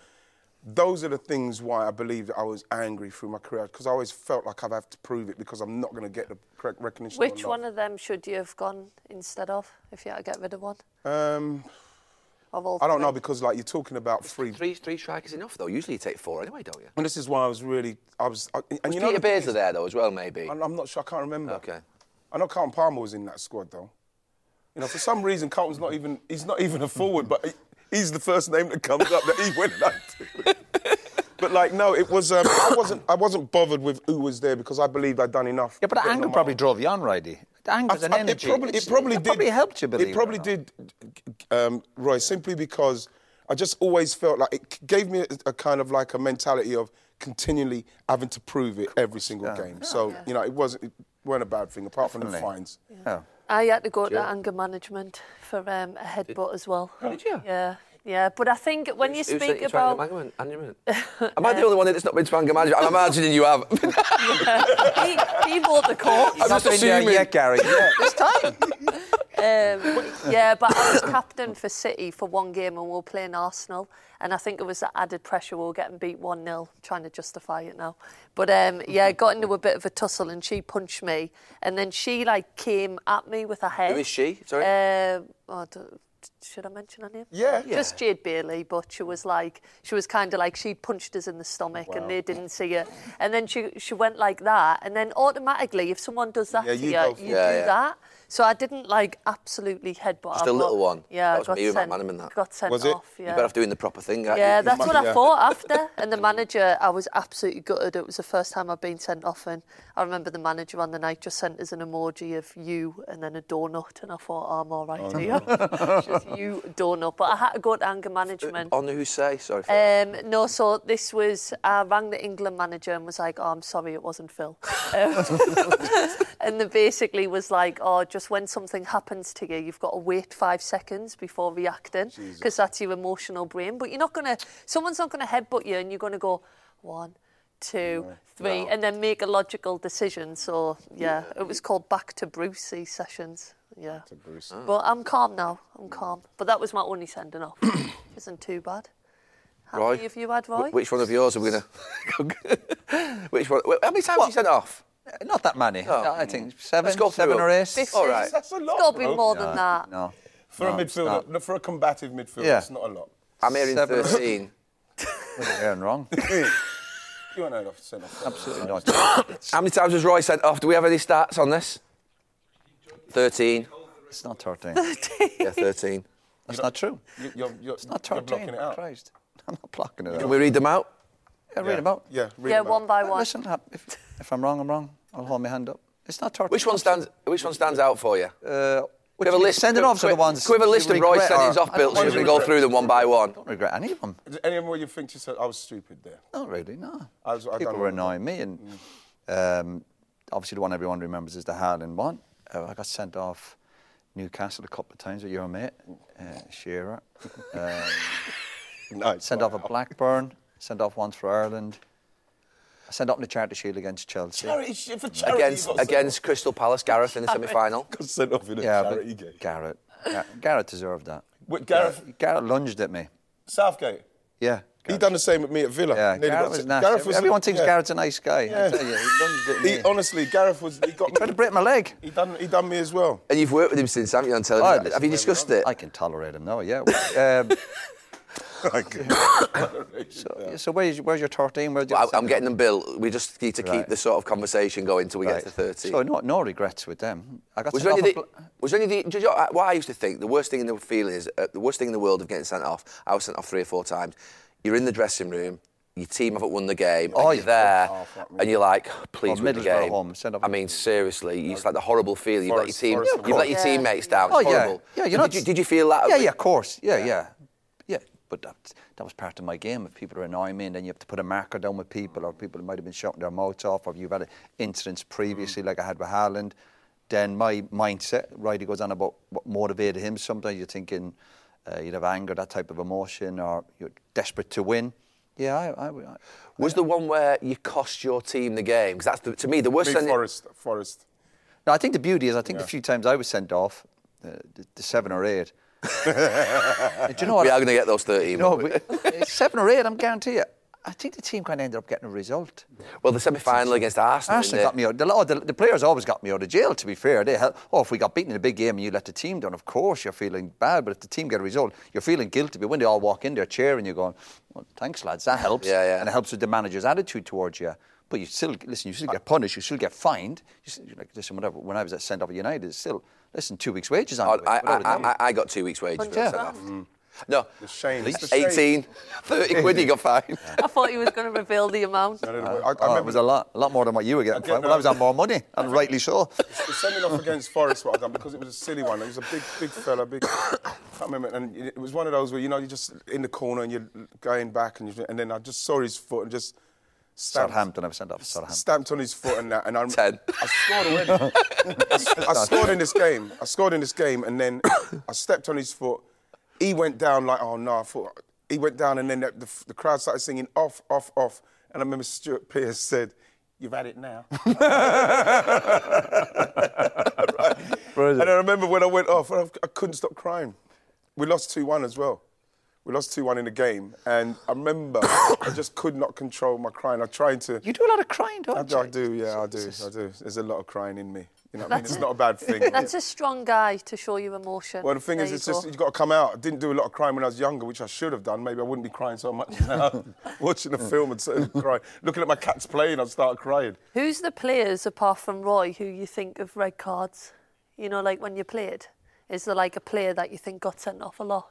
Speaker 3: those are the things why I believe that I was angry through my career because I always felt like I've had to prove it because I'm not going to get the correct recognition. or
Speaker 4: Which
Speaker 3: love.
Speaker 4: one of them should you have gone instead of if you had to get rid of one?
Speaker 3: Um,
Speaker 4: Of all
Speaker 3: I don't
Speaker 4: three?
Speaker 3: know because like you're talking about free.
Speaker 5: Three, three strikers enough though. Usually you take four anyway, don't you?
Speaker 3: And this is why I was really, I was, I, and
Speaker 5: Was
Speaker 3: you know,
Speaker 5: Peter
Speaker 3: the thing
Speaker 5: Beardsley
Speaker 3: is-
Speaker 5: there though as well, maybe.
Speaker 3: I'm, I'm not sure. I can't remember.
Speaker 5: Okay.
Speaker 3: I know Carlton Palmer was in that squad though. You know, for some reason Carlton's not even, he's not even a forward, but he, he's the first name that comes up that he went like. But like, no, it was. Um, I wasn't. I wasn't bothered with who was there because I believed I'd done enough.
Speaker 6: Yeah, but
Speaker 3: Putting
Speaker 6: anger
Speaker 3: on my
Speaker 6: probably
Speaker 3: own.
Speaker 6: drove you on, Righty. Anger's an
Speaker 3: I- I-
Speaker 6: energy.
Speaker 3: It probably, it
Speaker 6: It's-
Speaker 3: probably
Speaker 6: it
Speaker 3: did.
Speaker 6: probably helped you, believe
Speaker 3: It probably
Speaker 6: or not.
Speaker 3: did, um, Roy, simply because I just always felt like it c- gave me a, a kind of like a mentality of continually having to prove it every single game. So, you know, it wasn't, it weren't a bad thing apart from the
Speaker 6: Definitely.
Speaker 3: fines.
Speaker 6: Oh.
Speaker 4: I had to go to anger management for um, a headbutt as well. Did you? Yeah, yeah. But I think when you
Speaker 5: Who sent
Speaker 4: speak
Speaker 5: you to
Speaker 4: about
Speaker 5: anger management? Anger management? Am I the only one that's not been to anger management? I'm imagining you have.
Speaker 4: he, he bought the course.
Speaker 5: I'm
Speaker 6: Not
Speaker 5: just
Speaker 6: been there
Speaker 5: assuming.
Speaker 6: yet, Gary. Yeah.
Speaker 4: this time. Um, yeah, but I was captain for City for one game and we were playing Arsenal. And I think it was the added pressure we were getting beat 1 0, trying to justify it now. But um, yeah, I got into a bit of a tussle and she punched me. And then she like came at me with her head.
Speaker 5: Who is she? Sorry.
Speaker 4: Um, oh, d- should I mention her name?
Speaker 3: Yeah.
Speaker 4: Just Jade Bailey, but she was like, she was kind of like, she punched us in the stomach and they didn't see it. And then she she went like that. And then automatically, if someone does that
Speaker 3: Yeah,
Speaker 4: to
Speaker 3: you
Speaker 4: you,
Speaker 3: go
Speaker 4: you,
Speaker 3: for
Speaker 4: do
Speaker 3: it.
Speaker 5: Yeah, yeah.
Speaker 4: that. So I didn't like absolutely headbutt
Speaker 5: Just
Speaker 4: her,
Speaker 5: a little
Speaker 4: but-
Speaker 5: one.
Speaker 4: Yeah,
Speaker 5: That was
Speaker 4: got
Speaker 5: me with my
Speaker 4: sent,
Speaker 5: man in that.
Speaker 4: Got sent
Speaker 3: Was it?
Speaker 4: off.
Speaker 5: You're
Speaker 4: Yeah.
Speaker 5: better off doing the proper thing. aren't
Speaker 4: Yeah,
Speaker 5: you?
Speaker 4: that's what
Speaker 3: Yeah.
Speaker 4: I thought after. And the manager, I was absolutely gutted. It was the first time I'd been sent off. And I remember the manager on the night just sent us an emoji of you and then a donut. And I thought, oh, I'm all right here. just you, donut. But I had to go to anger management.
Speaker 5: On who say? Sorry. For
Speaker 4: Um, no, so this was, I rang the England manager and was like, oh, I'm sorry, it wasn't Phil. Um, and they basically was like, oh, just when something happens to you, you've got to wait five seconds before reacting because that's your emotional brain. But you're not going to, someone's not going to headbutt you and you're going to go, one, two, three, and then make a logical decision. So, yeah, it was called Back to Brucey sessions. Yeah. But I'm calm now. I'm calm. But that was my only sending off. Isn't too bad. How
Speaker 5: Roy?
Speaker 4: many have you had, Roy?
Speaker 5: Wh- Which one of yours are we going to. Which one? wh- How many times have you sent off?
Speaker 6: Not that many.
Speaker 5: Oh.
Speaker 6: I think seven,
Speaker 5: Let's go through
Speaker 6: seven
Speaker 5: them.
Speaker 6: or eight.
Speaker 4: Fifty.
Speaker 5: All right. Oh,
Speaker 3: That's a lot.
Speaker 4: It's got to be
Speaker 3: bro.
Speaker 4: more than that.
Speaker 6: No.
Speaker 3: For a midfielder, no, for a combative midfielder,
Speaker 6: Yeah.
Speaker 3: it's not a lot.
Speaker 5: I'm hearing
Speaker 6: Seven or-
Speaker 5: 13.
Speaker 6: What am I hearing wrong?
Speaker 3: You won't have to send off.
Speaker 6: Absolutely not.
Speaker 5: How many times was Roy sent off? Do we have any stats on this? 13.
Speaker 6: It's not 13.
Speaker 5: Yeah, 13.
Speaker 6: That's not true.
Speaker 3: You- You're, you're,
Speaker 6: It's not
Speaker 3: you're
Speaker 6: 13.
Speaker 3: blocking it out.
Speaker 6: Christ. I'm not blocking it
Speaker 5: Can
Speaker 6: out.
Speaker 5: we read them out?
Speaker 6: Yeah, read them out.
Speaker 3: Yeah, read
Speaker 4: Yeah,
Speaker 3: them out.
Speaker 4: one by one.
Speaker 6: Listen, I- if, if I'm wrong, I'm wrong. I'll hold my hand up. It's not 13.
Speaker 5: Which one stands, which one stands out for you?
Speaker 6: Uh,
Speaker 5: We have a list.
Speaker 6: Sending off to the
Speaker 5: quick-
Speaker 6: ones.
Speaker 5: quick, we have a list
Speaker 6: you
Speaker 5: of Roy
Speaker 6: regret
Speaker 5: sendings
Speaker 6: or-
Speaker 5: off,
Speaker 6: I
Speaker 5: Bill,
Speaker 6: don't
Speaker 5: so we
Speaker 3: ones
Speaker 5: can
Speaker 3: you
Speaker 5: go
Speaker 3: regret.
Speaker 5: through them one by one.
Speaker 6: regret any of them.
Speaker 3: Is there any more you think you said I was stupid there?
Speaker 6: Not really, no.
Speaker 3: I was- I
Speaker 6: People
Speaker 3: don't
Speaker 6: were
Speaker 3: remember.
Speaker 6: annoying me, and um, obviously the one everyone remembers is the Haaland one. Uh, I got sent off Newcastle a couple of times with your mate, uh, Shearer. Um,
Speaker 3: No, it's
Speaker 6: sent
Speaker 3: not.
Speaker 6: off at Blackburn. Sent off once for Ireland. I sent off in the Charity Shield against Chelsea.
Speaker 3: Charity, sh- for charity.
Speaker 5: Against,
Speaker 3: you got
Speaker 5: against Crystal Palace, Gareth in the semi final.
Speaker 3: got sent off in a
Speaker 6: Yeah,
Speaker 3: charity game.
Speaker 6: but Garrett. Ga- Garrett deserved that.
Speaker 3: With Gareth
Speaker 6: Garrett lunged at me.
Speaker 3: Southgate.
Speaker 6: Yeah.
Speaker 3: He
Speaker 6: Gareth-
Speaker 3: done the same at me at Villa.
Speaker 6: Yeah,
Speaker 3: Nearly
Speaker 6: Gareth
Speaker 3: got
Speaker 6: was
Speaker 3: sent-
Speaker 6: nasty.
Speaker 3: Gareth was-
Speaker 6: Everyone thinks
Speaker 3: yeah.
Speaker 6: Gareth's a nice guy.
Speaker 3: Yeah.
Speaker 6: I tell you, he lunged at me.
Speaker 3: He, honestly, Gareth was. He got
Speaker 6: He tried to break my leg.
Speaker 3: He done. He done me as well.
Speaker 5: And you've worked with him since, haven't you? On television?
Speaker 6: listen,
Speaker 5: have you discussed it?
Speaker 6: I can tolerate him now, yeah. Um, so, so where's, where's your 13? Where's your
Speaker 5: I, am getting them, Bill. We just need to keep
Speaker 6: Right.
Speaker 5: the sort of conversation going till we get to 30.
Speaker 6: So no, no regrets with them. I got
Speaker 5: was there
Speaker 6: sent off
Speaker 5: anything?
Speaker 6: a pl-
Speaker 5: Was there anything? Do you know what I used to think? The worst thing in the feeling is uh, the worst thing in the world of getting sent off. I was sent off three or four times. You're in the dressing room. Your team haven't won the game.
Speaker 6: Oh,
Speaker 5: and you're
Speaker 6: yeah.
Speaker 5: there,
Speaker 3: Oh, fuck me.
Speaker 5: and you're like, please win the
Speaker 6: Middlesbrough
Speaker 5: game.
Speaker 6: home, sent off-
Speaker 5: I mean, seriously, it's like the horrible feeling. You've
Speaker 3: Forest-
Speaker 5: let your team,
Speaker 3: Forest
Speaker 5: you've let your
Speaker 4: Gump. Yeah.
Speaker 5: teammates down. It's
Speaker 6: oh, yeah.
Speaker 5: horrible.
Speaker 6: Yeah,
Speaker 5: did,
Speaker 6: you're not...
Speaker 5: you, did you feel that?
Speaker 6: Yeah, yeah, of course. Yeah, yeah. Yeah, but that, that was part of my game. If people are annoying me and then you have to put a marker down with people or people might have been shouting their mouths off or you've had incidents
Speaker 5: Mm.
Speaker 6: previously like I had with Haaland, then my mindset, right, he goes on about what motivated him. Sometimes you're thinking uh, you'd have anger, that type of emotion, or you're desperate to win. Yeah, I... I, I
Speaker 5: Was the one where you cost your team the game? Because that's the, to me the worst
Speaker 3: Me,
Speaker 5: thing.
Speaker 3: Forest. Forest.
Speaker 6: No, I think the beauty is I think the few times I was sent off, uh, the, the seven or eight. do you know what?
Speaker 5: We are going to get those 13.
Speaker 6: no,
Speaker 5: aren't we?
Speaker 6: we, it's seven or eight. I'm guarantee you. I think the team kind of ended up getting a result.
Speaker 5: Well, the semi-final against Arsenal.
Speaker 6: Arsenal
Speaker 5: innit?
Speaker 6: got me out. The, oh, the, the players always got me out of jail. To be fair, they hel- oh, if we got beaten in a big game and you let the team down, of course you're feeling bad. But if the team get a result, you're feeling guilty. But when they all walk in, they're cheering. You're going, well, thanks lads, that helps.
Speaker 5: Yeah, yeah.
Speaker 6: And it helps with the manager's attitude towards you. But you still listen. You still get punished. You still get fined. You still, like listen, whatever. When I was at send off at United, it's still listen two weeks' wages on.
Speaker 5: I,
Speaker 6: the way,
Speaker 5: Oh, I,
Speaker 6: without a
Speaker 5: I,
Speaker 6: doubt.
Speaker 5: I, I got two weeks' wages. for
Speaker 6: Yeah.
Speaker 5: that off. No,
Speaker 3: The shame. It's the
Speaker 5: 18,
Speaker 3: shame.
Speaker 5: 30 quid you got fined.
Speaker 4: I thought he was going to reveal the amount.
Speaker 3: I, don't know.
Speaker 6: Oh,
Speaker 3: I, I
Speaker 6: it
Speaker 3: remember
Speaker 6: was a lot, a lot more than what you were getting.
Speaker 3: Again,
Speaker 6: Well, I was
Speaker 3: no.
Speaker 6: on more money, and rightly so.
Speaker 3: the sending off against Forest what I done because it was a silly one. It was a big, big fella, big. I can't remember. And it was one of those where you know you're just in the corner and you're going back and you and then I just saw his foot and just stamped,
Speaker 6: Southampton, I was sent off. for Southampton.
Speaker 3: stamped on his foot and that. And I,
Speaker 5: Ten.
Speaker 3: I scored already. I, s- I scored in this game. I scored in this game and then I stepped on his foot. He went down like oh no. I thought he went down and then the, the, the crowd started singing off, off, off. And I remember Stuart Pearce said. You've had it now.
Speaker 7: was
Speaker 3: And
Speaker 7: it?
Speaker 3: I remember when I went off, I I couldn't stop crying. We lost 2 1 as well. We lost 2 1 in the game. And I remember I just could not control my crying. I tried to.
Speaker 6: You do a lot of crying, don't
Speaker 3: I do,
Speaker 6: you?
Speaker 3: I do, yeah, I do. I do. There's a lot of crying in me. You know what I mean? It's not a bad thing.
Speaker 4: That's a strong guy to show you emotion.
Speaker 3: Well, the thing
Speaker 4: There
Speaker 3: is,
Speaker 4: you
Speaker 3: it's
Speaker 4: go.
Speaker 3: just you've got to come out. I didn't do a lot of crying when I was younger, which I should have done. Maybe I wouldn't be crying so much now. Watching a film and sort of crying. Looking at my cats playing, I'd start crying.
Speaker 4: Who's the players apart from Roy who you think of red cards? You know, like when you played, is there like a player that you think got sent off a lot?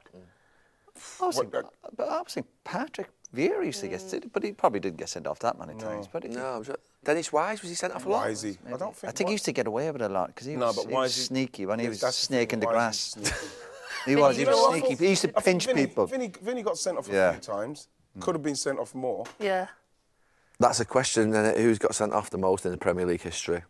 Speaker 6: I was,
Speaker 3: What-
Speaker 6: thinking, but I was thinking Patrick Vieira used to get sent, but he probably didn't get sent off that many times. But he,
Speaker 5: No, was it Dennis Wise was he sent off a lot?
Speaker 3: Why is he? I don't think.
Speaker 6: I think Oh. he used to get away with it a lot because he
Speaker 3: No,
Speaker 6: was,
Speaker 3: but
Speaker 6: he
Speaker 3: why
Speaker 6: was
Speaker 3: is he-
Speaker 6: sneaky when he
Speaker 3: Yeah,
Speaker 6: was
Speaker 3: that's the
Speaker 6: snaking the
Speaker 3: thing, why is
Speaker 6: grass.
Speaker 3: he sneaky?
Speaker 6: he was,
Speaker 4: You
Speaker 6: he
Speaker 4: know what?
Speaker 6: was sneaky. He used to
Speaker 3: I think
Speaker 6: pinch
Speaker 3: Vinny,
Speaker 6: people.
Speaker 3: Vinny, Vinny got sent off a
Speaker 6: Yeah.
Speaker 3: few times. Could have Mm. been sent off more.
Speaker 4: Yeah.
Speaker 5: That's a question. Then who's got sent off the most in the Premier League history?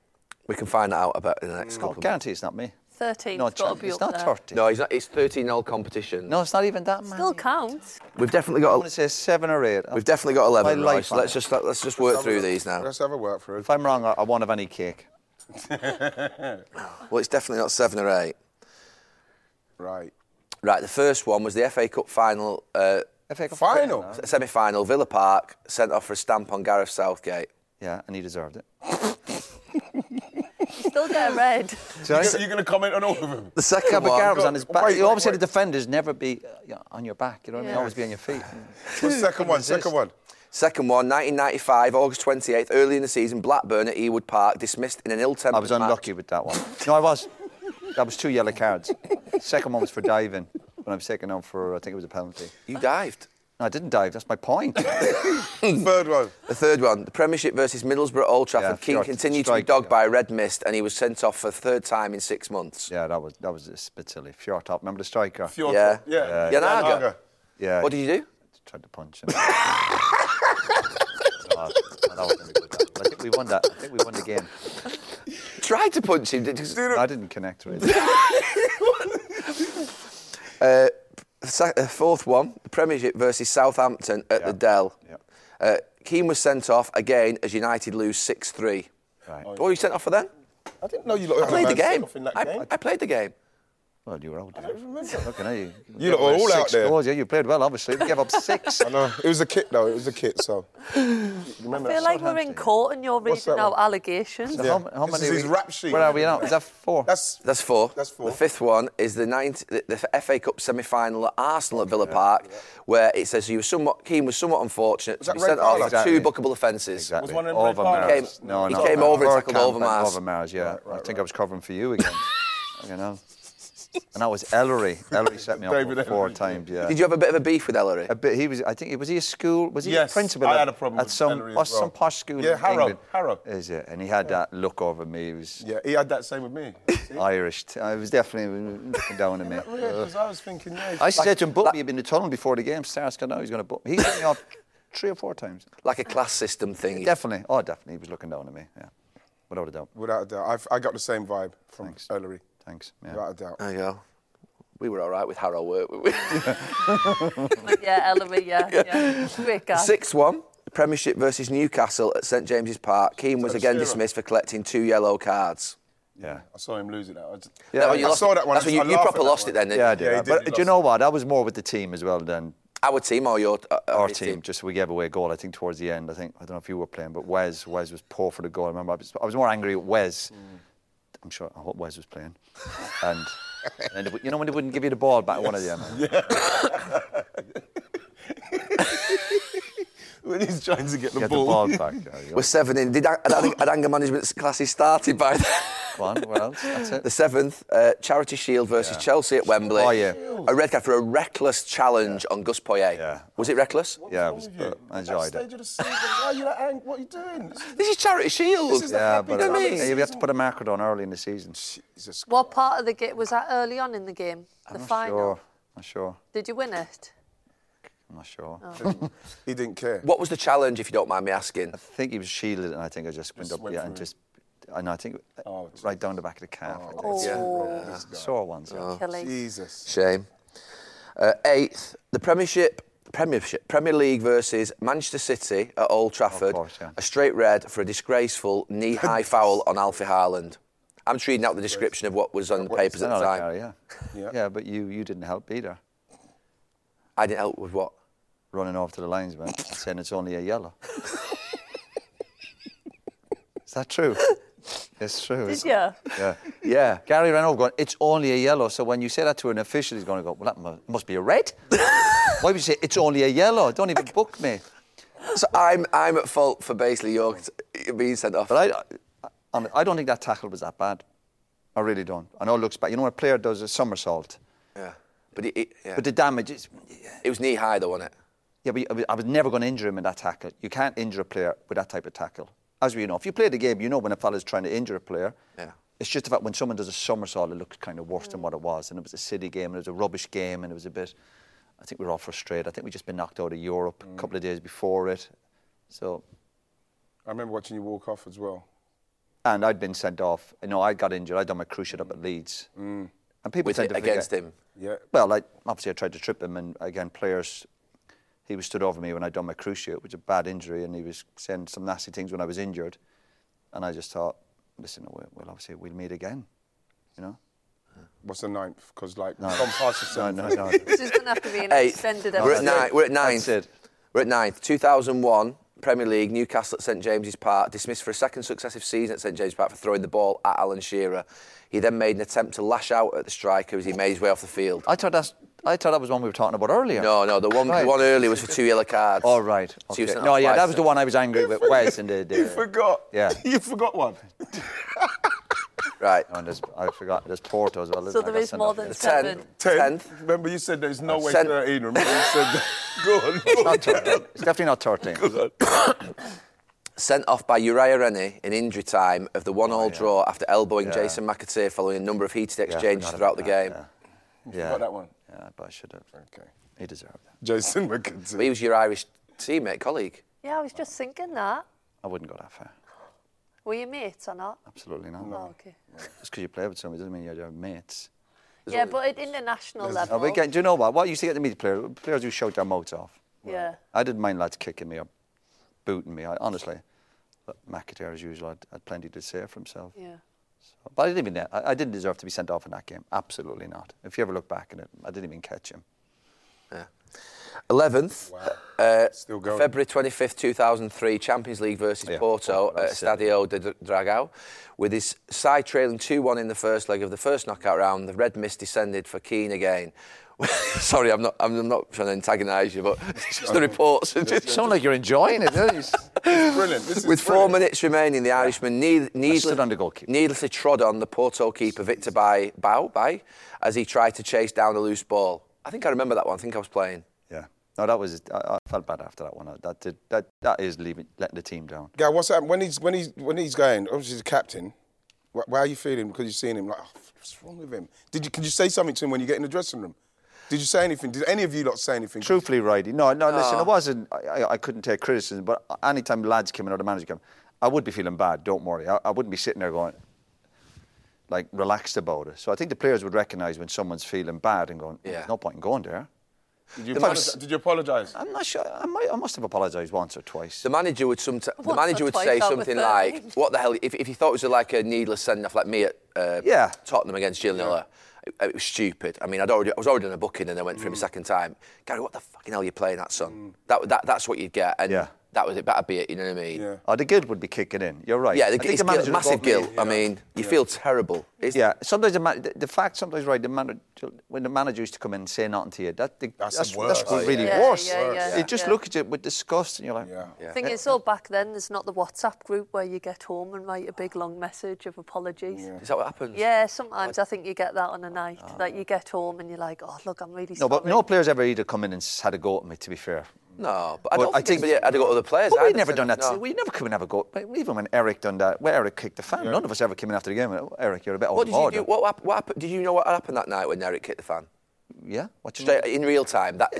Speaker 5: We can find that out about in the next
Speaker 6: I
Speaker 5: couple. of
Speaker 6: Mm. guarantee it's not me.
Speaker 4: 13
Speaker 6: No,
Speaker 4: has got
Speaker 6: chance.
Speaker 4: to be
Speaker 6: it's
Speaker 4: up
Speaker 6: not
Speaker 4: there.
Speaker 6: 30.
Speaker 5: No, he's not. It's 13 all competition.
Speaker 6: No, it's not even that many.
Speaker 4: Still counts.
Speaker 5: we've definitely
Speaker 6: I
Speaker 5: got.
Speaker 6: want to say seven or eight.
Speaker 5: We've definitely got
Speaker 6: My
Speaker 5: 11. Right,
Speaker 6: life
Speaker 5: so
Speaker 6: on
Speaker 5: let's
Speaker 6: it.
Speaker 5: just let's just work through these now.
Speaker 3: Let's have a work through.
Speaker 6: If I'm wrong, I, I won't have any cake.
Speaker 5: Well, it's definitely not seven or eight.
Speaker 3: Right.
Speaker 5: Right, the first one was the FA Cup final uh,
Speaker 6: FA Cup
Speaker 3: Final.
Speaker 5: semi final. Villa Park sent off for a stamp on Gareth Southgate.
Speaker 6: Yeah, and he deserved it.
Speaker 4: You still get a red.
Speaker 6: Sorry?
Speaker 3: You're going to comment on all of them.
Speaker 5: The second
Speaker 6: Yeah, but
Speaker 5: one.
Speaker 6: Gareth was
Speaker 3: Go-
Speaker 6: on his back.
Speaker 3: wait,
Speaker 6: you always
Speaker 3: wait,
Speaker 6: say the
Speaker 3: wait.
Speaker 6: defenders never be uh, you know, on your back. You know what I mean?
Speaker 4: Yeah.
Speaker 6: Always be on your feet.
Speaker 3: What's the second one?
Speaker 6: Resist.
Speaker 3: Second one.
Speaker 5: Second one, 1995, August 28th, early in the season, Blackburn at Ewood Park dismissed in an ill-tempered
Speaker 6: I was unlucky with that one. No, I was. That was two yellow cards. Second one was for diving when I was taken on for I think it was a penalty.
Speaker 5: You dived.
Speaker 6: No, I didn't dive. That's my point.
Speaker 3: Third one.
Speaker 5: The third one, the Premiership versus Middlesbrough at Old Trafford.
Speaker 6: Yeah,
Speaker 5: Keane
Speaker 6: sure,
Speaker 5: continued to be
Speaker 6: strike,
Speaker 5: dogged
Speaker 6: yeah.
Speaker 5: by a red mist, and he was sent off for the third time in six months.
Speaker 6: yeah, that was that was a bit silly. Fjord top. Remember the striker?
Speaker 3: Fjord-
Speaker 5: Yeah.
Speaker 3: Yeah.
Speaker 5: Yeah. Janaga.
Speaker 3: Janaga.
Speaker 6: Yeah.
Speaker 5: What did you do?
Speaker 6: Tried to punch him. No, I- I don't think we did that. I think we won that. I think we won the game.
Speaker 5: Tried to punch him. Did you?
Speaker 6: I didn't connect with it.
Speaker 5: Sa- uh, fourth one, the Premiership versus Southampton at the
Speaker 6: Yeah.
Speaker 5: Dell.
Speaker 6: Yeah.
Speaker 5: Uh, Keane was sent off again as United lose 6-3.
Speaker 6: Right.
Speaker 5: What were you sent off for then?
Speaker 3: I didn't know you lot
Speaker 5: I played the
Speaker 3: had a man Oh, sent
Speaker 5: game.
Speaker 3: off in that
Speaker 5: I,
Speaker 3: game.
Speaker 5: I played the game.
Speaker 6: Well, you were all I don't remember. Looking at you.
Speaker 3: You lot were all
Speaker 6: Six
Speaker 3: out there.
Speaker 6: Scores. Yeah, you played well, obviously. We gave up six.
Speaker 3: I know. It was a kit, though. It was a kit, so.
Speaker 4: I feel like we're in court and you're reading
Speaker 3: that
Speaker 4: out
Speaker 3: one?
Speaker 4: allegations.
Speaker 6: So how, how
Speaker 3: This
Speaker 6: many
Speaker 3: is
Speaker 6: are
Speaker 3: his
Speaker 6: we-
Speaker 3: rap sheet.
Speaker 6: Where are we now? Is that four?
Speaker 3: That's.
Speaker 5: That's four.
Speaker 3: That's four.
Speaker 5: The fifth one is the, 90, the, the FA Cup semi-final at Arsenal at Villa Park, where it says he was somewhat, Keane was somewhat unfortunate to
Speaker 3: that
Speaker 5: be
Speaker 3: Ray
Speaker 5: sent off for
Speaker 3: Parlour?
Speaker 5: two bookable offences.
Speaker 6: Exactly.
Speaker 3: one of them red
Speaker 6: over
Speaker 3: cards?
Speaker 6: Mars.
Speaker 5: Came- he came over and tackled over Mars.
Speaker 6: Over Mars, yeah. I think I was covering for you again. you know. And that was Ellery. Ellery set me up
Speaker 3: David
Speaker 6: about four
Speaker 3: Ellery.
Speaker 6: times, yeah.
Speaker 5: Did you have a bit of a beef with Ellery?
Speaker 6: A bit, he was. I think was he a school? Was he
Speaker 3: Yes,
Speaker 6: a principal?
Speaker 3: I
Speaker 6: at-
Speaker 3: had a problem
Speaker 6: at
Speaker 3: with
Speaker 6: some
Speaker 3: Ellery
Speaker 6: or
Speaker 3: as well.
Speaker 6: some posh school.
Speaker 3: Yeah,
Speaker 6: in
Speaker 3: Harrow,
Speaker 6: England.
Speaker 3: Harrow.
Speaker 6: Is it? And he had that look over me. He was
Speaker 3: Yeah, he had that same with me. See?
Speaker 6: Irish. T- I was definitely looking down on me.
Speaker 3: Because I was thinking, yeah.
Speaker 6: I said to him, "Book me." You've been in the tunnel before the game. Stars can know he's going to book me. He set me off three or four times.
Speaker 5: Like a class system thing.
Speaker 6: Definitely. Oh, definitely. He was looking down at me. Yeah, without a doubt.
Speaker 3: Without a doubt. I've, I got the same vibe from
Speaker 6: Thanks.
Speaker 3: Ellery.
Speaker 6: Thanks. Yeah.
Speaker 3: Without a doubt.
Speaker 5: There you go. We were all right with Harrow, weren't we?
Speaker 4: Yeah, Ellery, yeah, yeah. Great guy.
Speaker 5: Sixth one, Premiership versus Newcastle at St James's Park. Keane was again
Speaker 3: Shearer.
Speaker 5: dismissed for collecting two yellow cards.
Speaker 6: Yeah.
Speaker 3: I saw him losing that. I, just,
Speaker 6: Yeah,
Speaker 5: well,
Speaker 6: you
Speaker 3: I
Speaker 5: lost
Speaker 3: saw
Speaker 5: it.
Speaker 3: that one.
Speaker 5: That's
Speaker 3: I
Speaker 5: what you,
Speaker 3: laugh
Speaker 5: you
Speaker 3: at
Speaker 5: proper
Speaker 3: that
Speaker 5: lost
Speaker 3: one.
Speaker 5: it then. didn't
Speaker 6: Yeah, I
Speaker 5: you?
Speaker 6: did.
Speaker 3: Yeah, he
Speaker 6: that.
Speaker 3: did,
Speaker 6: but do
Speaker 3: he
Speaker 6: you
Speaker 3: lost.
Speaker 6: know what? That was more with the team as well than
Speaker 5: Our team or your uh,
Speaker 6: our
Speaker 5: his
Speaker 6: team. Just we gave away a goal. I think towards the end. I think I don't know if you were playing, but Wes Wes was poor for the goal. I remember I was, I was more angry at Wes.
Speaker 5: Mm.
Speaker 6: I'm sure. I hope Wes was playing. And and they wou- you know when they wouldn't give you the ball back, one of them.
Speaker 3: when he's trying to get the
Speaker 6: Get the ball
Speaker 3: ball.
Speaker 6: back. Yeah, you
Speaker 5: We're seven in. Did I, had, I think- had anger management classes started by then?
Speaker 6: Go on, what else? That's it.
Speaker 5: The seventh, uh, Charity Shield versus Chelsea at Wembley.
Speaker 6: Oh, yeah.
Speaker 5: A red card for a reckless challenge on Gus Poyet.
Speaker 6: Yeah.
Speaker 5: Was it reckless?
Speaker 6: yeah, it
Speaker 3: What's
Speaker 6: was, uh,
Speaker 3: wrong
Speaker 6: I
Speaker 3: with you? At that
Speaker 6: enjoyed
Speaker 3: stage
Speaker 6: it.
Speaker 3: of the season, why are you that angry? What are you doing? This is-
Speaker 5: This is Charity Shield.
Speaker 3: This is the
Speaker 6: Yeah,
Speaker 3: happy
Speaker 6: but uh,
Speaker 3: time of the
Speaker 6: yeah, you have to
Speaker 3: season.
Speaker 6: put a marker on early in the season.
Speaker 3: Jesus
Speaker 4: What part of the game was that early on in the game? The
Speaker 6: I'm not
Speaker 4: final.
Speaker 6: sure. Not sure.
Speaker 4: Did you win it?
Speaker 6: I'm not sure.
Speaker 4: Oh.
Speaker 3: Christ. He didn't care.
Speaker 5: What was the challenge, if you don't mind me asking?
Speaker 6: I think he was shielded, and I think I just, went up,
Speaker 3: went
Speaker 6: yeah, and
Speaker 3: through.
Speaker 6: just, and I think uh,
Speaker 3: Oh, geez.
Speaker 6: right down the back of the calf. I think.
Speaker 4: Oh,
Speaker 6: Yeah. Sore ones. yeah.
Speaker 5: Oh.
Speaker 4: Kelly.
Speaker 3: Jesus.
Speaker 5: Shame. Uh, eighth, the Premiership, Premiership, Premier League versus Manchester City at Old Trafford.
Speaker 6: course, yeah.
Speaker 5: A straight red for a disgraceful knee-high foul on Alfie Haaland. I'm just reading out the description of what was on the papers at
Speaker 6: No,
Speaker 5: the
Speaker 6: no,
Speaker 5: time.
Speaker 6: Gary, yeah. yeah. but you, you didn't help either,
Speaker 5: I didn't help with what?
Speaker 6: running off to the linesman and saying it's only a yellow. Is that true? It's true.
Speaker 4: Did
Speaker 6: isn't
Speaker 4: you?
Speaker 6: it? Yeah.
Speaker 5: Yeah.
Speaker 6: Gary ran over going, it's only a yellow. So when you say that to an official, he's going to go, well, that mu- must be a red. Why would you say it's only a yellow? Don't even book me.
Speaker 5: So I'm I'm at fault for basically your being sent off.
Speaker 6: But I, I, I don't think that tackle was that bad. I really don't. I know it looks bad. You know, when a player does a somersault,
Speaker 5: yeah. But it, it, yeah.
Speaker 6: but the damage is.
Speaker 5: it was knee high though, wasn't it?
Speaker 6: Yeah, but I was- I was never going to injure him in that tackle. You can't injure a player with that type of tackle. As we know, if you play the game, you know when a fella's trying to injure a player.
Speaker 5: Yeah.
Speaker 6: It's just the fact when someone does a somersault, it looks kind of worse than what it was. And it was a city game, and it was a rubbish game, and it was a bit. I think we were all frustrated. I think we'd just been knocked out of Europe a couple of days before it. So,
Speaker 3: I remember watching you walk off as well.
Speaker 6: and I'd been sent off. You know, I got injured. I'd done my cruciate up at Leeds.
Speaker 3: Mm.
Speaker 6: And people
Speaker 5: With
Speaker 6: tend
Speaker 5: it
Speaker 6: to
Speaker 5: against
Speaker 6: forget-
Speaker 5: him.
Speaker 3: Yeah.
Speaker 6: Well, I, obviously I tried to trip him, and again, players, he was stood over me when I'd done my cruciate, which was a bad injury, and he was saying some nasty things when I was injured, and I just thought, listen, we- well, obviously we'll meet again, you know.
Speaker 3: What's the ninth? Because like Tom Parsons.
Speaker 6: No, no, no.
Speaker 4: This is going to have to be an
Speaker 5: Eight.
Speaker 4: extended
Speaker 5: We're at
Speaker 4: episode.
Speaker 5: nine. We're at ninth.
Speaker 6: That's it.
Speaker 5: We're at ninth. 2001 Premier League, Newcastle at St James's Park, dismissed for a second successive season at St James's Park for throwing the ball at Alan Shearer. He then made an attempt to lash out at the striker as he made his way off the field.
Speaker 6: I thought that's, I thought that was one we were talking about earlier.
Speaker 5: No, no, the one,
Speaker 6: Right.
Speaker 5: the one earlier was for two yellow cards.
Speaker 6: All right.
Speaker 5: So he
Speaker 6: Okay.
Speaker 5: was sent
Speaker 6: No,
Speaker 5: off
Speaker 6: yeah,
Speaker 5: twice
Speaker 6: that was the
Speaker 5: then.
Speaker 6: one I was angry with Wes and the.
Speaker 3: You
Speaker 6: the
Speaker 3: forgot.
Speaker 6: Yeah.
Speaker 3: you forgot one.
Speaker 5: Right.
Speaker 6: and there's, I forgot. There's Porto as well.
Speaker 4: So
Speaker 6: isn't
Speaker 4: there
Speaker 6: there I got
Speaker 4: is
Speaker 6: sent
Speaker 4: more
Speaker 6: off.
Speaker 4: than seven.
Speaker 5: Ten. Tenth.
Speaker 3: Remember you said there's no way
Speaker 5: sent-
Speaker 3: 13. Remember you said that. Uh, Go on.
Speaker 6: Not 13. It's definitely not 13.
Speaker 5: Sent off by Uriah Rennie in injury time of the one-all draw after elbowing Jason McAteer following a number of heated
Speaker 6: Oh, Yeah, I
Speaker 5: exchanges
Speaker 6: forgot
Speaker 5: throughout the
Speaker 6: about
Speaker 5: game.
Speaker 6: that, Yeah.
Speaker 3: Forgot that one.
Speaker 6: Yeah, but I should have.
Speaker 3: Okay.
Speaker 6: He deserved that.
Speaker 3: Jason
Speaker 5: But he
Speaker 3: McKenzie.
Speaker 5: was your Irish teammate, colleague.
Speaker 4: Yeah, I was just thinking that.
Speaker 6: I wouldn't go that far.
Speaker 4: Were you mates or not?
Speaker 6: Absolutely not.
Speaker 4: Oh, okay.
Speaker 6: Just because you play with somebody doesn't mean you're their mates.
Speaker 4: Yeah, but at international
Speaker 6: Oh,
Speaker 4: level.
Speaker 6: but again, do you know what? What you see at the media player, players who shout their mouths off.
Speaker 4: Yeah.
Speaker 6: I didn't mind lads kicking me or booting me. I, honestly, but McAteer as usual, I'd, had plenty to say for himself.
Speaker 4: Yeah.
Speaker 6: But I didn't even. I, I didn't deserve to be sent off in that game. Absolutely not. If you ever look back at it, I didn't even catch him.
Speaker 5: 11th, uh,
Speaker 3: Still going.
Speaker 5: February 25th, 2003, Champions League versus
Speaker 6: Yeah,
Speaker 5: Porto
Speaker 6: well,
Speaker 5: at
Speaker 6: that's it.
Speaker 5: Stadio de Dr- Dragao. With his side trailing 2 1 in the first leg of the first knockout round, the red mist descended for Keane again. Sorry, I'm not, I'm, I'm not trying to antagonise you, but it's just the reports. are just-
Speaker 6: You sound like you're enjoying it. don't you?
Speaker 3: Brilliant. This is
Speaker 5: With four
Speaker 3: brilliant.
Speaker 5: minutes remaining, the Irishman need, needless,
Speaker 6: stood on the goalkeeper.
Speaker 5: needlessly trod on the Porto keeper Victor Bay, Bao, Bay as he tried to chase down a loose ball. I think I remember that one. I think I was playing.
Speaker 6: yeah. No, that was. I, I felt bad after that one. I- That did. That that is leaving letting the team down.
Speaker 3: Guy, what's happened? When he's when he's when he's going, obviously the captain. Wh- Why are you feeling? Because you've seen him. Like, oh, what's wrong with him? Did you? Can you say something to him when you get in the dressing room? Did you say anything? Did any of you lot say anything?
Speaker 6: Truthfully, Ridey. No, no, listen,
Speaker 5: Oh.
Speaker 6: it wasn't. I, I- I couldn't take criticism, but anytime lads came in or the manager came, I would be feeling bad, don't worry. I, I wouldn't be sitting there going, like, relaxed about it. So I think the players would recognise when someone's feeling bad and going,
Speaker 5: Yeah.
Speaker 6: there's no point in going there.
Speaker 3: Did you
Speaker 6: The
Speaker 3: apologise?
Speaker 6: most-
Speaker 3: Did you apologise?
Speaker 6: I'm not sure. I, might, I must have apologised once or twice.
Speaker 5: The manager would sometimes. The
Speaker 4: Once
Speaker 5: manager
Speaker 4: or
Speaker 5: would
Speaker 4: twice
Speaker 5: say
Speaker 4: out with
Speaker 5: something
Speaker 4: the-
Speaker 5: like, "What the hell?" If, if he thought it was like a needless send off, like me at uh,
Speaker 6: Yeah.
Speaker 5: Tottenham against Gilnilla, it, it was stupid. I mean, I'd already, I was already on a booking, and I went for him a second time. Gary, what the fucking hell are you playing at, son? That, that that's what you'd get, and
Speaker 6: Yeah.
Speaker 5: that was it. Better be it. You know what I mean?
Speaker 3: Yeah.
Speaker 6: Oh, the guild would be kicking in. You're right.
Speaker 5: Yeah,
Speaker 6: I
Speaker 5: the,
Speaker 6: think
Speaker 5: it's
Speaker 6: the
Speaker 5: guilt,
Speaker 6: manager would
Speaker 5: massive
Speaker 6: go, "Me,
Speaker 5: guilt. I mean, you feel terrible. It's,
Speaker 6: Yeah, sometimes the, man, the, the fact sometimes right the manager when the manager used to come in and say nothing to you that the,
Speaker 3: That's
Speaker 6: that's
Speaker 3: the
Speaker 6: that's,
Speaker 3: worst.
Speaker 6: what
Speaker 3: Oh,
Speaker 6: really
Speaker 4: yeah.
Speaker 6: worse.
Speaker 4: Yeah, yeah, yeah,
Speaker 6: They just
Speaker 4: yeah.
Speaker 6: look at you with disgust and you're like, "Eh."
Speaker 3: Yeah.
Speaker 4: The thing is, though, back then, there's not the WhatsApp group where you get home and write a big long message of apologies. Yeah,
Speaker 5: Is that what happens?
Speaker 4: sometimes I think you get that on a night that you get home and you're like, oh, look, I'm really
Speaker 6: No,
Speaker 4: sorry.
Speaker 6: but no player's ever either come in and s- had a go at me. To be fair,
Speaker 5: No, but I
Speaker 6: But
Speaker 5: don't
Speaker 6: I
Speaker 5: think,
Speaker 6: think-
Speaker 5: anybody had to go to other players.
Speaker 6: but we
Speaker 5: either,
Speaker 6: never
Speaker 5: so-
Speaker 6: done that.
Speaker 5: no.
Speaker 6: We never come and have a go. But even when Eric done that, where Eric kicked the fan, none of us ever came in after the game. "Oh, Eric, you're a bit
Speaker 5: What
Speaker 6: out
Speaker 5: did
Speaker 6: of
Speaker 5: you
Speaker 6: order.
Speaker 5: do? What, hap- what happened? Did you know what happened that night when Eric hit the fan?
Speaker 6: Yeah, what you
Speaker 5: Straight in real time. That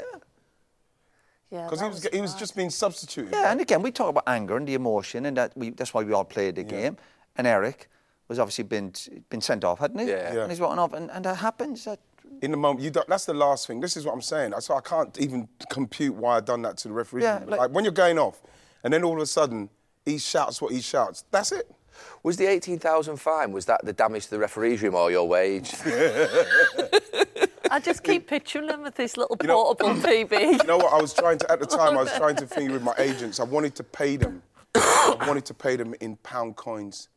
Speaker 4: Yeah,
Speaker 3: Because
Speaker 4: that
Speaker 3: he was he was
Speaker 4: mad.
Speaker 3: just being substituted.
Speaker 6: Yeah, and again, we talk about anger and the emotion, and that we, that's why we all played the game. And Eric was obviously been been sent off, hadn't he?
Speaker 5: Yeah. Yeah.
Speaker 6: And he's gotten off, and, uh, and that happens. That,
Speaker 3: In the moment, you don't, that's the last thing. This is what I'm saying. I- So I can't even compute why I done that to the referee.
Speaker 6: Yeah,
Speaker 3: like,
Speaker 6: like-
Speaker 3: when you're going off, and then all of a sudden he shouts what he shouts. That's it.
Speaker 5: Was the 18,000 fine, was that the damage to the referee's room or your wage?
Speaker 4: I just keep picturing him with this little
Speaker 3: You know-
Speaker 4: portable TV.
Speaker 3: You know what? I was trying to, at the time, I was trying to think with my agents. I wanted to pay them. I wanted to pay them in pound coins,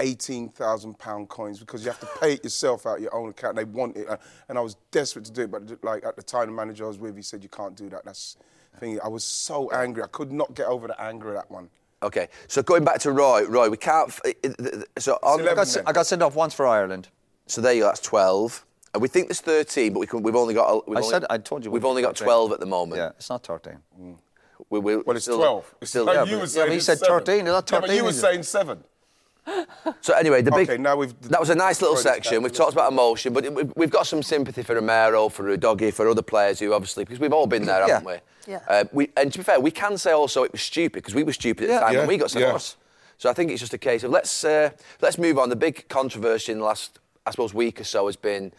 Speaker 3: 18,000 pound coins, because you have to pay it yourself out of your own account. They want it. uh, And I was desperate to do it. But like at the time, the manager I was with, he said, you can't do that. That's thing. I was so angry. I could not get over the anger of that one.
Speaker 5: Okay, so going back to Roy, Roy, we can't. f- i- i- i- So on,
Speaker 6: I got, s- I got sent off once for Ireland.
Speaker 5: So there you go. That's twelve. And we think there's thirteen, but we can, we've only got. a- We've
Speaker 6: I
Speaker 5: only,
Speaker 6: said I told you.
Speaker 5: We've
Speaker 6: we-
Speaker 5: only got
Speaker 6: 13.
Speaker 5: twelve at the moment.
Speaker 6: Yeah, it's not 13.
Speaker 3: Mm.
Speaker 5: We, we,
Speaker 3: Well, it's
Speaker 5: still,
Speaker 3: 12. It's
Speaker 5: Still,
Speaker 3: like
Speaker 5: yeah,
Speaker 3: you
Speaker 5: but-
Speaker 3: were
Speaker 6: yeah,
Speaker 3: saying
Speaker 6: but he
Speaker 3: it's
Speaker 6: said
Speaker 3: seven.
Speaker 6: 13, not
Speaker 3: Yeah, but
Speaker 6: 13,
Speaker 3: you were
Speaker 6: is it?
Speaker 3: saying seven.
Speaker 5: So anyway, the big.
Speaker 3: Okay, now we've-
Speaker 5: That was a nice little
Speaker 3: Roy, this guy-
Speaker 5: section. We've talked about emotion, but it, we've- we've got some sympathy for Romero, for Udogi, for other players who obviously because we've all been there, haven't
Speaker 6: Yeah.
Speaker 5: we?
Speaker 4: Yeah.
Speaker 5: Uh, we? And to be fair, we can say also it was stupid because we were stupid at
Speaker 6: Yeah.
Speaker 5: the time
Speaker 3: Yeah,
Speaker 5: and we got sent
Speaker 3: yeah.
Speaker 5: off. So I think it's just a case of let's uh, let's move on. The big controversy in the last, I suppose, week or so has been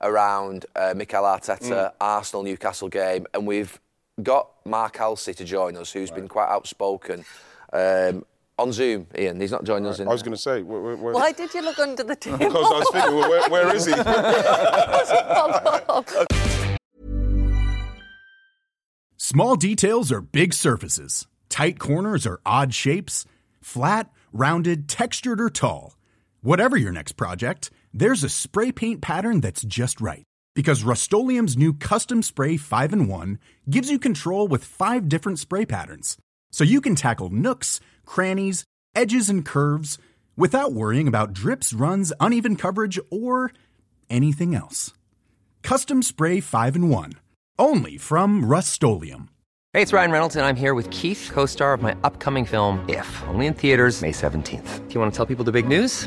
Speaker 5: around uh, Mikel
Speaker 3: Mm.
Speaker 5: Arteta, Arsenal Newcastle game, and we've got Mark Halsey to join us, who's been quite outspoken um, on Zoom. Ian, he's not joining us. In
Speaker 3: I was going to say, where, where, where-
Speaker 4: Why did you look under the table?
Speaker 3: because I was thinking, well, where, where is he?
Speaker 7: Small details are big surfaces. Tight corners are odd shapes. Flat, rounded, textured, or tall. Whatever your next project, there's a spray paint pattern that's just right. Because Rust new Custom Spray 5 in 1 gives you control with five different spray patterns. So you can tackle nooks, crannies, edges, and curves without worrying about drips, runs, uneven coverage, or anything else. Custom Spray 5 in 1. Only from Rust
Speaker 8: Hey, it's Ryan Reynolds, and I'm here with Keith, co star of my upcoming film, If, only in theaters, May 17th. Do you want to tell people the big news?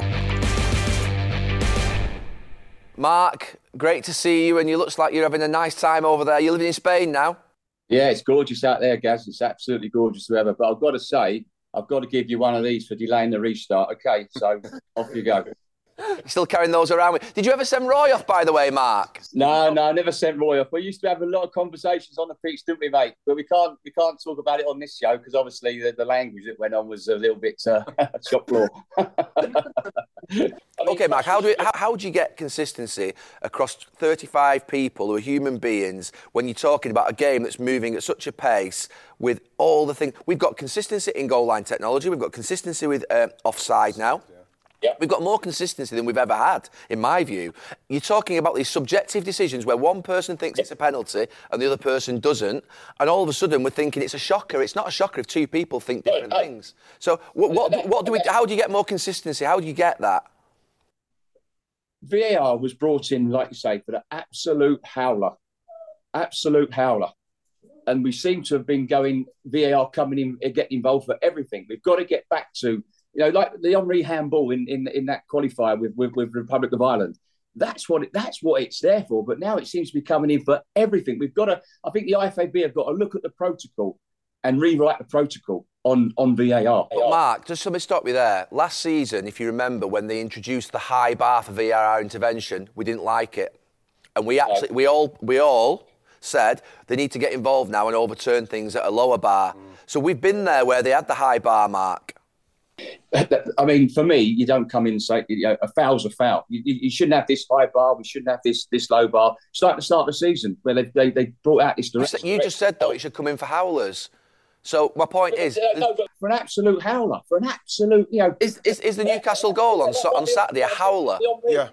Speaker 5: Mark, great to see you, and you looks like you're having a nice time over there. You're living in Spain now.
Speaker 9: Yeah, it's gorgeous out there, Gaz. It's absolutely gorgeous forever. But I've got to say, I've got to give you one of these for delaying the restart. Okay, so off you go.
Speaker 5: You're still carrying those around. With. Did you ever send Roy off, by the way, Mark?
Speaker 9: No, no, I never sent Roy off. We used to have a lot of conversations on the pitch, didn't we, mate? But we can't we can't talk about it on this show because obviously the, the language that went on was a little bit uh, shop floor.
Speaker 5: Okay, Mark. How do we, how, how do you get consistency across 35 people who are human beings when you're talking about a game that's moving at such a pace with all the things? We've got consistency in goal line technology. We've got consistency with uh, offside now. We've got more consistency than we've ever had, in my view. You're talking about these subjective decisions where one person thinks it's a penalty and the other person doesn't, and all of a sudden we're thinking it's a shocker. It's not a shocker if two people think different
Speaker 9: no.
Speaker 5: things. So, what, what, what do we? How do you get more consistency? How do you get that?
Speaker 9: VAR was brought in, like you say, for the absolute howler, absolute howler, and we seem to have been going VAR coming in, and getting involved for everything. We've got to get back to you know, like the Henri handball in in, in that qualifier with, with with Republic of Ireland. That's what it, that's what it's there for. But now it seems to be coming in for everything. We've got to. I think the IFAB have got to look at the protocol and rewrite the protocol on on VAR.
Speaker 5: But Mark, just let me stop you there. Last season, if you remember, when they introduced the high bar for VAR intervention, we didn't like it, and we actually we all we all said they need to get involved now and overturn things at a lower bar.
Speaker 3: Mm.
Speaker 5: So we've been there where they had the high bar, Mark.
Speaker 9: that- I mean, for me, you don't come in and say you know, a foul's a foul. You, you, you shouldn't have this high bar. We shouldn't have this this low bar. It's like the start of the season where they they, they brought out this.
Speaker 5: You said- You just said though it should come in for howlers. So my point is,
Speaker 9: Uh, for an absolute howler, for an absolute you know.
Speaker 5: is, is, is the Newcastle goal on Sa- on Saturday a howler?
Speaker 3: Yeah.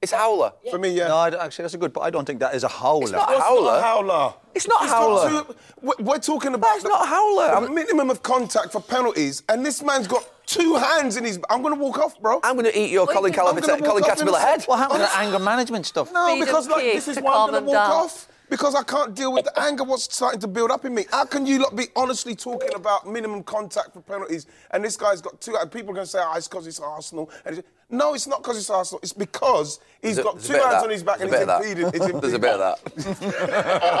Speaker 5: It's howler.
Speaker 3: For me, yeah.
Speaker 6: No, I don't- actually, that's a good. But I don't think that is a howler.
Speaker 5: It's not a
Speaker 3: What's not a
Speaker 5: howler.
Speaker 3: howler?
Speaker 5: It's not
Speaker 3: got
Speaker 5: howler.
Speaker 3: two- we're- we're talking about.
Speaker 5: That's
Speaker 3: the-
Speaker 5: not a howler.
Speaker 3: The
Speaker 5: I'm-
Speaker 3: minimum of contact for penalties, and this man's got two hands in his. I'm going to walk off, bro.
Speaker 5: I'm going to eat your
Speaker 4: Wait,
Speaker 5: Colin,
Speaker 4: I'm
Speaker 5: Calvert-
Speaker 3: gonna walk
Speaker 5: Colin
Speaker 3: off in a
Speaker 5: Caterpillar
Speaker 3: sec.
Speaker 5: head.
Speaker 6: What happened to
Speaker 3: Honest-
Speaker 6: the anger management stuff?
Speaker 3: no,
Speaker 4: Freedom
Speaker 3: because like
Speaker 4: kick
Speaker 3: this is
Speaker 4: to
Speaker 3: why I'm
Speaker 4: calm
Speaker 3: going
Speaker 4: him
Speaker 3: to walk
Speaker 4: down.
Speaker 3: off. Because I can't deal with the anger, what's starting to build up in me. How can you lot be honestly talking about minimum contact for penalties? And this guy's got two, and people are going to say, oh, it's because it's Arsenal. And it's, no, it's not because it's Arsenal. It's because he's
Speaker 5: There's a-
Speaker 3: got
Speaker 5: there's a
Speaker 3: two
Speaker 5: bit of
Speaker 3: hands
Speaker 5: that.
Speaker 3: on his back
Speaker 5: There's
Speaker 3: and
Speaker 5: a
Speaker 3: he's
Speaker 5: bit
Speaker 3: impeded.
Speaker 5: of that.
Speaker 3: It's impeded.
Speaker 5: There's a bit of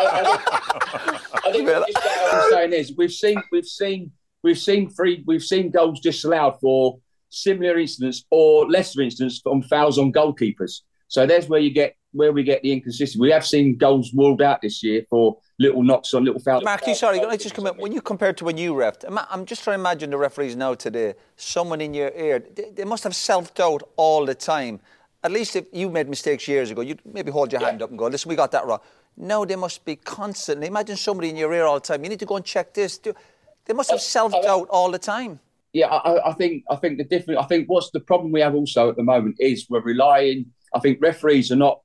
Speaker 5: that.
Speaker 9: I think just what I'm saying is we've seen we've seen we've seen three we've seen goals disallowed for similar incidents or lesser incidents on fouls on goalkeepers. So there's where you get where we get the inconsistency. We have seen goals ruled out this year for little knocks on little fouls.
Speaker 6: Mark, you sorry, can I just come in? When you compare to when you refed, ima- I'm just trying to imagine the referees now today. Someone in your ear, they, they must have self-doubt all the time. At least if you made mistakes years ago, you'd maybe hold your hand up and go, "Listen, we got that wrong." No, they must be constantly. Imagine somebody in your ear all the time. You need to go and check this. Do, they must have self-doubt all the time.
Speaker 9: yeah, I, I- I think I think the different. I think what's the problem we have also at the moment is we're relying. I think referees are not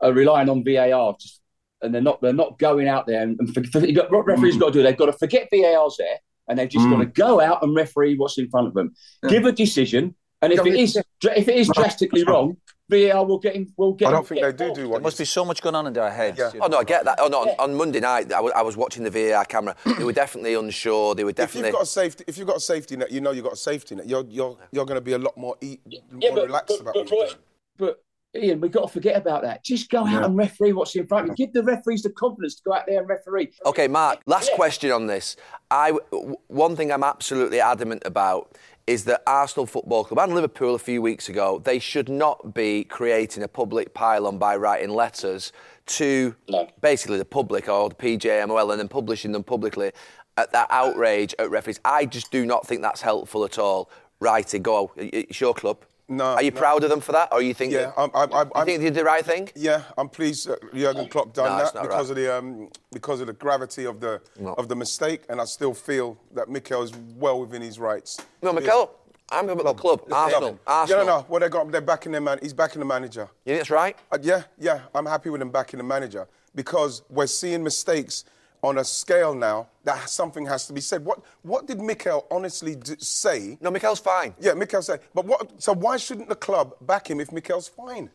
Speaker 9: are relying on VAR, just, and they're not they're not going out there and, and for, for- you got- what referees got to do. They've got to forget VAR's there, and they've just got to go out and referee what's in front of them, give a decision, and if it is if it is drastically wrong, VAR will get in, will get.
Speaker 3: I don't think
Speaker 9: get
Speaker 3: they do
Speaker 9: forced.
Speaker 3: do
Speaker 6: There
Speaker 3: one.
Speaker 6: must be so much going on in their heads.
Speaker 3: Yeah.
Speaker 6: you know.
Speaker 5: Oh no, I get that. Oh no, on, on Monday night, I was, I was watching the VAR camera. They were definitely unsure. They were
Speaker 3: If
Speaker 5: definitely.
Speaker 3: you've got a safety, if you've got a safety net, you know you've got a safety net. You're you're you're going to be a lot more, e- more
Speaker 9: but-
Speaker 3: relaxed
Speaker 9: but-
Speaker 3: about
Speaker 9: but
Speaker 3: what you're
Speaker 9: Roy-
Speaker 3: doing.
Speaker 9: But Ian, we've got to forget about that. Just go out and referee what's in front of you. Give the referees the confidence to go out there and referee.
Speaker 5: Okay, Mark. Last
Speaker 9: Yeah.
Speaker 5: question on this. I w- one thing I'm absolutely adamant about is that Arsenal Football Club and Liverpool a few weeks ago they should not be creating a public pylon by writing letters to basically the public or the PJMOL and then publishing them publicly at that outrage at referees. I just do not think that's helpful at all. Right, go. It's your club.
Speaker 3: No,
Speaker 5: Are you
Speaker 3: no.
Speaker 5: proud of them for that, or you think?
Speaker 3: Yeah,
Speaker 5: that-
Speaker 3: I'm- I'm- I'm-
Speaker 5: you think they did the right thing?
Speaker 3: Yeah, I'm pleased that Jurgen Klopp done
Speaker 5: No, it's
Speaker 3: that
Speaker 5: not
Speaker 3: because
Speaker 5: right.
Speaker 3: of the um, because of the gravity of the of the mistake, and I still feel that Mikel is well within his rights.
Speaker 5: No, Mikel. I'm going with the club. Arsenal. Arsenal.
Speaker 3: Yeah, no, no. Well, they got they're backing their man. He's backing the manager.
Speaker 5: You think that's right?
Speaker 3: Uh, yeah, yeah, I'm happy with him backing the manager because we're seeing mistakes on a scale now that something has to be said. What what did Mikel honestly d- say?
Speaker 5: No, Mikel's fine.
Speaker 3: Yeah, Mikel's said. But what? So why shouldn't the club back him if Mikel's fine?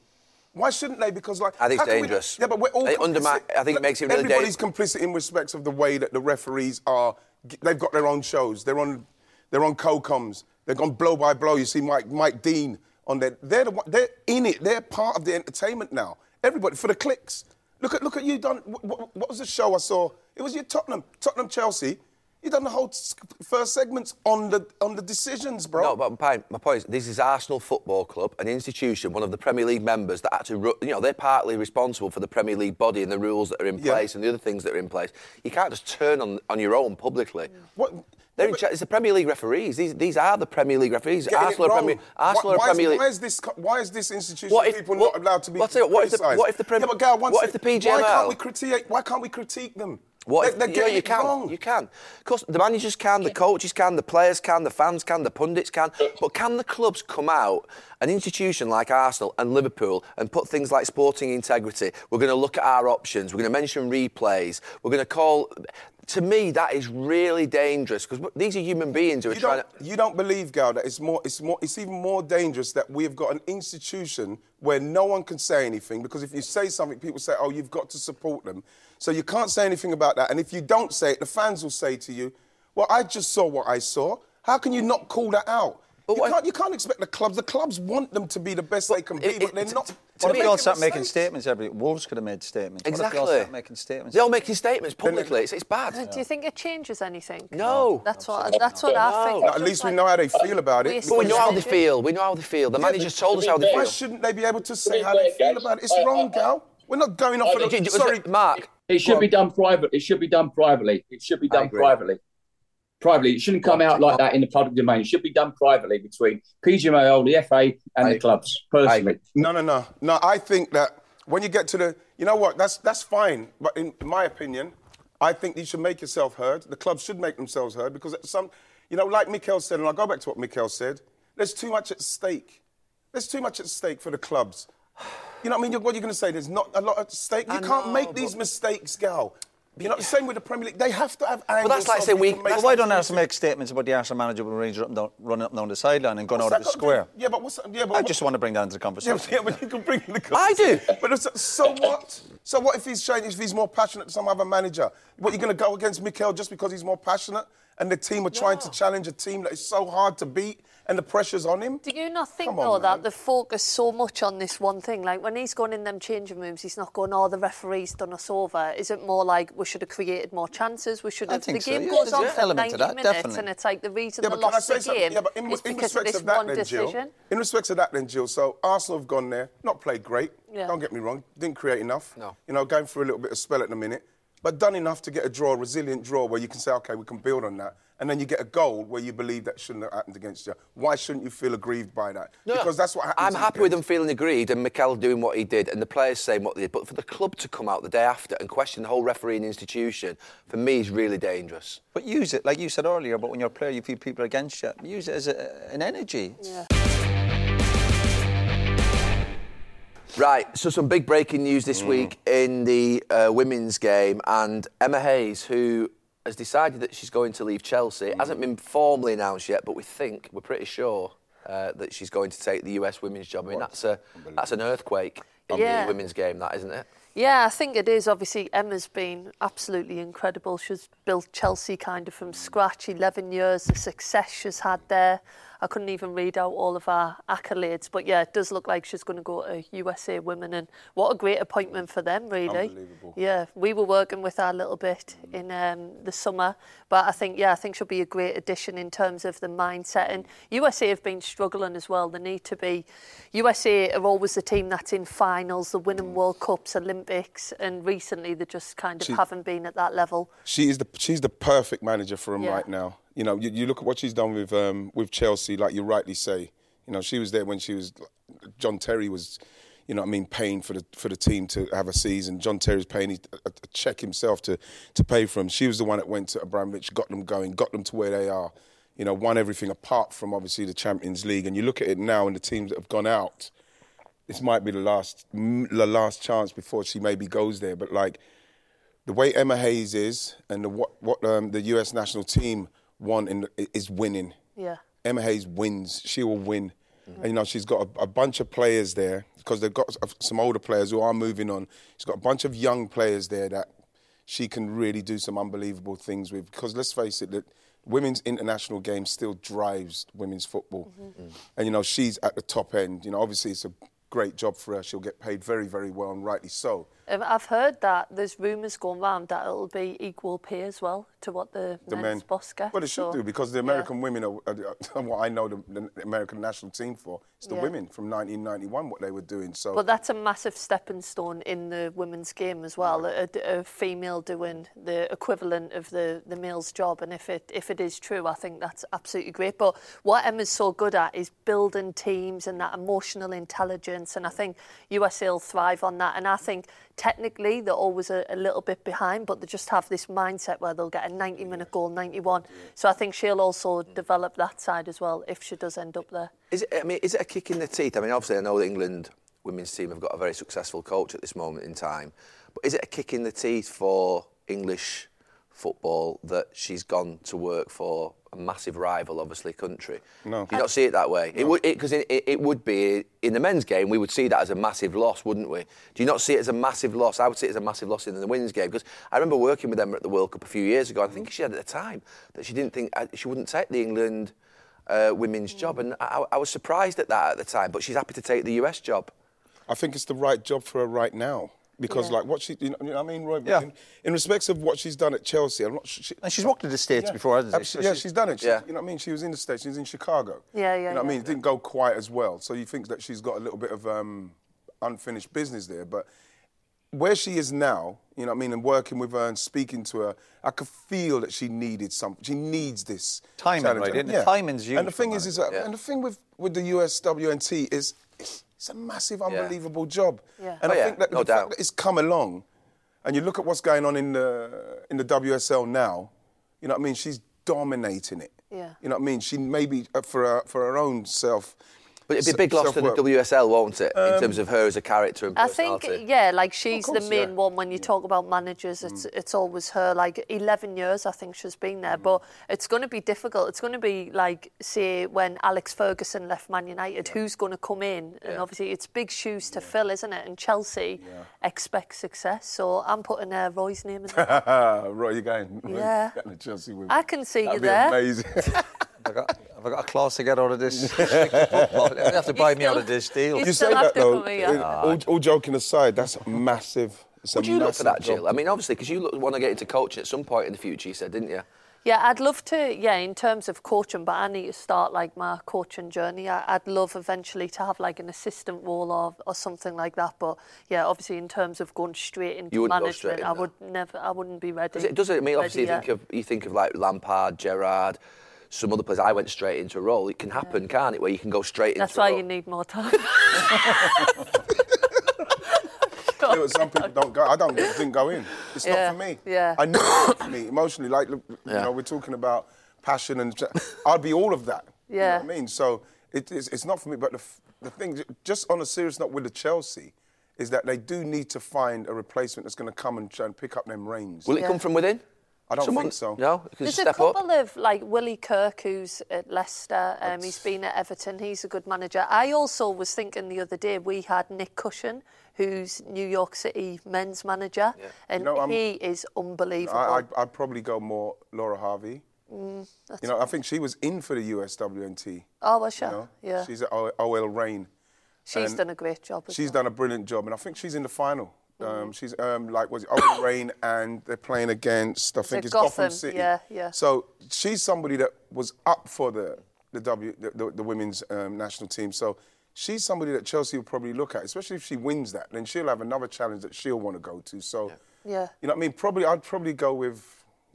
Speaker 3: Why shouldn't they? Because like
Speaker 5: I think
Speaker 3: how
Speaker 5: it's
Speaker 3: can we-
Speaker 5: dangerous.
Speaker 3: yeah, but we're all.
Speaker 5: It undermine-
Speaker 3: complicit.
Speaker 5: I think it makes it really da-
Speaker 3: Everybody's complicit in respect of the way that the referees are. They've got their own shows. They're on. They're on co-coms. They're gone blow by blow. You see Mike Mike Dean on there. They're the one, They're in it. They're part of the entertainment now. Everybody for the clicks. Look at look at you done. What, what, what was the show I saw? It was your Tottenham Tottenham Chelsea. You done the whole s- first segments on the on the decisions, bro.
Speaker 5: No, but my, my point is, this is Arsenal Football Club, an institution, one of the Premier League members that actually, ru- you know, they're partly responsible for the Premier League body and the rules that are in
Speaker 3: Yeah.
Speaker 5: place and the other things that are in place. You can't just turn on, on your own publicly.
Speaker 3: Mm. What-
Speaker 5: They're in
Speaker 3: but-
Speaker 5: cha- it's the Premier League referees. These, these are the Premier League referees.
Speaker 3: getting it
Speaker 5: Arsenal are
Speaker 3: wrong.
Speaker 5: Premier,
Speaker 3: Why-
Speaker 5: Arsenal
Speaker 3: why
Speaker 5: are
Speaker 3: is-
Speaker 5: Premier League.
Speaker 3: Why is this? co- Why is this institution
Speaker 5: What if-
Speaker 3: people
Speaker 5: what-
Speaker 3: not allowed to be
Speaker 5: I'll tell you what, what if the-
Speaker 3: criticised?
Speaker 5: what if the Prem-
Speaker 3: yeah, but Gal, once
Speaker 5: what if the
Speaker 3: Why can't
Speaker 5: PJML?
Speaker 3: we critique? Why can't we critique them?
Speaker 5: What
Speaker 3: they,
Speaker 5: if-
Speaker 3: they're
Speaker 5: you know,
Speaker 3: getting
Speaker 5: you
Speaker 3: it
Speaker 5: can.
Speaker 3: wrong.
Speaker 5: You can. Of course, the managers can, the coaches can, the players can, the fans can, the pundits can. But can the clubs come out, an institution like Arsenal and Liverpool, and put things like sporting integrity? We're going to look at our options. We're going to mention replays. We're going to call. To me, that is really dangerous because these are human beings who are
Speaker 3: You
Speaker 5: trying
Speaker 3: don't,
Speaker 5: to.
Speaker 3: you don't believe, Gal, that it's more, it's more, it's even more dangerous that we've got an institution where no one can say anything because if you say something, people say, "Oh, you've got to support them." So you can't say anything about that, and if you don't say it, the fans will say to you, "Well, I just saw what I saw. How can you not call that out?" you,
Speaker 5: what-
Speaker 3: can't, you can't expect the clubs. The clubs want them to be the best they can be,
Speaker 5: it-
Speaker 3: but they're
Speaker 5: it-
Speaker 3: not.
Speaker 5: to
Speaker 6: What if
Speaker 5: me-
Speaker 3: they're
Speaker 6: they all start making
Speaker 3: mistakes.
Speaker 6: statements every Wolves could have made statements. What if they all
Speaker 5: Exactly.
Speaker 6: start making statements?
Speaker 5: They're all making statements publicly. It's, it's bad.
Speaker 4: Do you think it changes anything?
Speaker 5: No.
Speaker 4: That's what. That's what I think.
Speaker 3: No, at least we know how they feel about it.
Speaker 4: We're
Speaker 5: But we know how they
Speaker 4: suspended.
Speaker 5: feel. We know how they feel. The managers told us how they
Speaker 3: Why
Speaker 5: feel.
Speaker 3: shouldn't they be able to say
Speaker 9: be
Speaker 3: how they feel
Speaker 9: fair, guys,
Speaker 3: about it? It's
Speaker 9: I- I-
Speaker 3: wrong, Gal. We're not going off
Speaker 5: Do you-
Speaker 3: on a.
Speaker 5: do-
Speaker 3: Sorry,
Speaker 5: Mark.
Speaker 9: It should be done private. It should be done privately. It should be done
Speaker 5: agree.
Speaker 9: privately. Privately, it shouldn't come out like that in the public domain. It should be done privately between PGMOL, the FA, and the clubs. Personally,
Speaker 3: No, no, no, no. I think that when you get to the, you know what? That's that's fine. But in my opinion, I think you should make yourself heard. The clubs should make themselves heard because at some, you know, like Mikel said, and I'll go back to what Mikel said. There's too much at stake. There's too much at stake for the clubs. You know what I mean? You're- What are you going to say? There's not a lot at stake. You
Speaker 5: I
Speaker 3: can't
Speaker 5: know,
Speaker 3: make these
Speaker 5: but-
Speaker 3: mistakes, Gal. You know, the same with the Premier League. They have to have angles.
Speaker 5: But that's like
Speaker 3: so
Speaker 5: saying we-
Speaker 3: people make
Speaker 5: that's
Speaker 6: Well, why
Speaker 5: like
Speaker 6: don't Arsenal make statements about the Arsenal manager when Rangers up and down, running up and down the sideline and going
Speaker 3: What's
Speaker 6: out
Speaker 3: that
Speaker 6: at the
Speaker 3: got to do-
Speaker 6: square?
Speaker 3: Yeah, but what's yeah, but
Speaker 6: I
Speaker 3: what-
Speaker 6: just want to bring that into the
Speaker 3: Yeah,
Speaker 6: conversation.
Speaker 3: but- yeah, but you can bring the.
Speaker 5: I do.
Speaker 3: But it's- so what? So what if he's showing if he's more passionate than some other manager? What you're going to go against Mikel just because he's more passionate and the team are trying to challenge a team that is so hard to beat and the pressure's on him?
Speaker 4: Do you not think
Speaker 3: Come on,
Speaker 4: though
Speaker 3: man.
Speaker 4: that they focus so much on this one thing? Like when he's going in them changing rooms, he's not going, "Oh, the referee's done us over." Is it more like we should have created more chances? We should
Speaker 6: I
Speaker 4: have.
Speaker 6: think
Speaker 4: the
Speaker 6: so,
Speaker 4: game
Speaker 6: yeah,
Speaker 4: goes
Speaker 6: there's
Speaker 4: on
Speaker 6: an
Speaker 4: for
Speaker 6: element
Speaker 4: 90
Speaker 6: to that,
Speaker 4: minutes,
Speaker 6: definitely.
Speaker 4: and it's like the reason
Speaker 3: Yeah,
Speaker 4: they
Speaker 3: but can I
Speaker 4: lost
Speaker 3: say
Speaker 4: the
Speaker 3: something?
Speaker 4: game
Speaker 3: Yeah, but in,
Speaker 4: is
Speaker 3: in
Speaker 4: because of
Speaker 3: respect
Speaker 4: this
Speaker 3: of that,
Speaker 4: one
Speaker 3: then,
Speaker 4: decision.
Speaker 3: Jill. In respect of that, then, Jill. So Arsenal have gone there, not played great.
Speaker 4: Yeah.
Speaker 3: Don't get me wrong, didn't create enough.
Speaker 5: No.
Speaker 3: You know, going through a little bit of spell at the minute, but done enough to get a draw, a resilient draw, where you can say, okay, we can build on that. And then you get a goal where you believe that shouldn't have happened against you. Why shouldn't you feel aggrieved by that? Because that's what happens.
Speaker 5: I'm happy with them feeling aggrieved and Mikel doing what he did and the players saying what they did. But for the club to come out the day after and question the whole refereeing institution, for me, is really dangerous.
Speaker 6: But use it, like you said earlier, about when you're a player, you feel people are against you. Use it as a, an energy.
Speaker 5: Right, so some big breaking news
Speaker 3: Mm.
Speaker 5: this week in the uh, women's game, and Emma Hayes, who has decided that she's going to leave Chelsea,
Speaker 3: Mm.
Speaker 5: It hasn't been formally announced yet, but we think, we're pretty sure. Uh, that she's going to take the US women's job. I mean, that's a that's an earthquake on
Speaker 4: Yeah.
Speaker 5: the women's game, that isn't it?
Speaker 4: Yeah, I think it is. Obviously, Emma's been absolutely incredible. She's built Chelsea kind of from scratch, 11 years, the success she's had there. I couldn't even read out all of her accolades, but yeah, it does look like she's going to go to USA Women, and what a great appointment for them, really.
Speaker 3: Unbelievable.
Speaker 4: Yeah, we were working with her a little bit
Speaker 3: Mm.
Speaker 4: in um, the summer, but I think, yeah, I think she'll be a great addition in terms of the mindset. And USA have been struggling as well. They need to be. USA are always the team that's in finals, the
Speaker 3: Mm.
Speaker 4: winning World Cups, Olympics, and recently they just kind of haven't been at that level.
Speaker 3: She is the she's the perfect manager for him
Speaker 4: Yeah.
Speaker 3: right now. You know, you, you look at what she's done with um, with Chelsea, like you rightly say. You know, she was there when she was. John Terry was, you know, what I mean, paying for the for the team to have a season. John Terry's paying his- a, a check himself to to pay for him. She was the one that went to Abramovich, got them going, got them to where they are. You know, won everything apart from obviously the Champions League. And you look at it now, and the teams that have gone out this might be the last m- the last chance before she maybe goes there. But like the way Emma Hayes is and the, what what um, the U.S. national team won in, is winning.
Speaker 4: Yeah.
Speaker 3: Emma Hayes wins. She will win. And, you know, she's got a, a bunch of players there because they've got s- uh, some older players who are moving on. She's got a bunch of young players there that she can really do some unbelievable things with. Because let's face it, that women's international game still drives women's football. And, you know, she's at the top end. You know, obviously it's a great job for her. She'll get paid very, very well and rightly so.
Speaker 4: Um, I've heard that there's rumours going round that it'll be equal pay as well to what the,
Speaker 3: the
Speaker 4: men's
Speaker 3: men.
Speaker 4: boss get.
Speaker 3: Well, they should
Speaker 4: so-
Speaker 3: do because the American women are, are, are what I know the, the American national team for. It's the
Speaker 4: Yeah.
Speaker 3: women from 1991 what they were doing. So
Speaker 4: But that's a massive stepping stone in the women's game as well. A, a female doing the equivalent of the, the male's job, and if it if it is true, I think that's absolutely great. But what Emma's so good at is building teams and that emotional intelligence, and I think USA will thrive on that. And I think technically they're always a, a little bit behind, but they just have this mindset where they'll get a 90 minute goal, 91. So I think she'll also develop that side as well if she does end up there.
Speaker 5: Is it, I mean, is it a kick in the teeth? I mean, obviously, I know the England women's team have got a very successful coach at this moment in time, but is it a kick in the teeth for English football that she's gone to work for a massive rival, obviously, country? No. Do you not see it that way? It would because it, it, it would be in the men's game. We would see that as a massive loss, wouldn't we? Do you not see it as a massive loss? I would see it as a massive loss in the women's game because I remember working with them at the World Cup a few years ago. I think she had at the time that she didn't think uh, she wouldn't take the England uh, women's job, and I, I was surprised at that at the time. But she's happy to take the US job.
Speaker 3: I think it's the right job for her right now because, like, what she, you know, you know what I mean, Roy?
Speaker 6: Yeah.
Speaker 3: In, in respects of what she's done at Chelsea, I'm not sure. She,
Speaker 6: And she's walked to the States
Speaker 3: yeah,
Speaker 6: before, hasn't she?
Speaker 3: abso-
Speaker 6: So
Speaker 3: yeah, she's, done it. She's,
Speaker 5: Yeah.
Speaker 3: You know what I mean? She was in the States, she was in Chicago.
Speaker 4: Yeah, yeah,
Speaker 3: You know what I
Speaker 4: yeah.
Speaker 3: mean? It didn't go quite as well. So you think that she's got a little bit of um, unfinished business there. But where she is now, you know what I mean, and working with her and speaking to her, I could feel that she needed something. She needs this
Speaker 6: Timing,
Speaker 3: challenge.
Speaker 6: right, isn't it? Timing's huge
Speaker 3: And the
Speaker 6: for
Speaker 3: thing is, is that, and the thing with with the USWNT is, it's a massive, unbelievable job.
Speaker 4: Yeah.
Speaker 3: And
Speaker 5: Oh,
Speaker 3: I
Speaker 5: yeah,
Speaker 3: think that
Speaker 5: no
Speaker 3: the
Speaker 5: doubt.
Speaker 3: fact that it's come along, and you look at what's going on in the in the WSL now, you know what I mean? She's dominating it.
Speaker 4: Yeah.
Speaker 3: You know what I mean? She maybe uh, for her, for her own self,
Speaker 5: But it'd be a big loss to the WSL, won't it? in
Speaker 3: Um,
Speaker 5: terms of her as a character and
Speaker 4: I think,
Speaker 5: personality.
Speaker 4: yeah, like she's
Speaker 3: course,
Speaker 4: the main
Speaker 3: yeah. Mm.
Speaker 4: one when you talk about managers. It's it's always her. Like eleven years, I think she's been there,
Speaker 3: Mm.
Speaker 4: but it's going to be difficult. It's going to be like say when Alex Ferguson left Man United, who's going to come in? And obviously, it's big shoes to fill, isn't it? And Chelsea expect success, so I'm putting uh, Roy's name in. there.
Speaker 3: Roy, you going?
Speaker 4: Mm. Yeah.
Speaker 3: Getting to Chelsea with.
Speaker 4: I can see you
Speaker 3: That'd be
Speaker 4: there.
Speaker 3: amazing.
Speaker 6: Have I, got, have I got a class to get out of this? football? They have to buy me out of this deal.
Speaker 4: You
Speaker 3: you say
Speaker 4: still have
Speaker 3: that
Speaker 4: to
Speaker 3: though.
Speaker 4: come here.
Speaker 3: uh, All, all joking aside, that's massive. It's a
Speaker 5: Would you look for
Speaker 3: massive
Speaker 5: that, Jill?
Speaker 3: job.
Speaker 5: I mean, obviously, because you want to get into coaching at some point in the future, you said, didn't you?
Speaker 4: Yeah, I'd love to. Yeah, in terms of coaching, but I need to start like my coaching journey. I, I'd love eventually to have like an assistant role or, or something like that. But yeah, obviously in terms of going straight into
Speaker 5: You wouldn't go
Speaker 4: management,
Speaker 5: straight
Speaker 4: I
Speaker 5: in
Speaker 4: would never. I wouldn't be ready.
Speaker 5: Does it, does it I mean,
Speaker 4: ready
Speaker 5: obviously, you
Speaker 4: yet.
Speaker 5: think, of, you think of like Lampard, Gerrard, some other players. I went straight into a role. It can happen, can't it? Where you can go straight
Speaker 4: That's
Speaker 5: into a
Speaker 4: why
Speaker 5: role.
Speaker 4: you need more time.
Speaker 3: You know, some people don't go. I don't didn't go in. It's
Speaker 4: Yeah,
Speaker 3: not for me.
Speaker 4: yeah.
Speaker 3: I knew it wasn't for me emotionally. Like look, you know, we're talking about passion and I'd be all of that.
Speaker 4: Yeah.
Speaker 3: You know what I mean, so it, it's, it's not for me. But the, f- the thing, just on a serious note, with the Chelsea, is that they do need to find a replacement that's going to come and, try and pick up them reins.
Speaker 5: Will it come from within?
Speaker 3: I don't
Speaker 5: Someone-
Speaker 3: think so.
Speaker 5: No, you can
Speaker 4: There's
Speaker 5: step
Speaker 4: a couple
Speaker 5: up.
Speaker 4: of like Willie Kirk, who's at Leicester. Um, he's been at Everton. He's a good manager. I also was thinking the other day we had Nick Cushion, who's New York City men's manager, and
Speaker 3: know, I'm-
Speaker 4: he is unbelievable.
Speaker 3: I, I'd, I'd probably go more Laura Harvey. you know, I think she was in for the USWNT. you
Speaker 4: Mm, oh, well, sure.
Speaker 3: know?
Speaker 4: yeah, she's,
Speaker 3: She's at O- OL Rain. and-
Speaker 4: done a great job. Mm-hmm. as
Speaker 3: She's
Speaker 4: well.
Speaker 3: done a brilliant job, and I think she's in the final. Um, she's um, like was it Owen Rain, and they're playing against I think
Speaker 4: it
Speaker 3: it's Gotham,
Speaker 4: Gotham?
Speaker 3: City.
Speaker 4: Yeah, yeah.
Speaker 3: So she's somebody that was up for the the W the, the, the women's um, national team. So she's somebody that Chelsea will probably look at, especially if she wins that. Then she'll have another challenge that she'll want to go to. So
Speaker 4: Yeah.
Speaker 3: you know, what I mean, probably I'd probably go with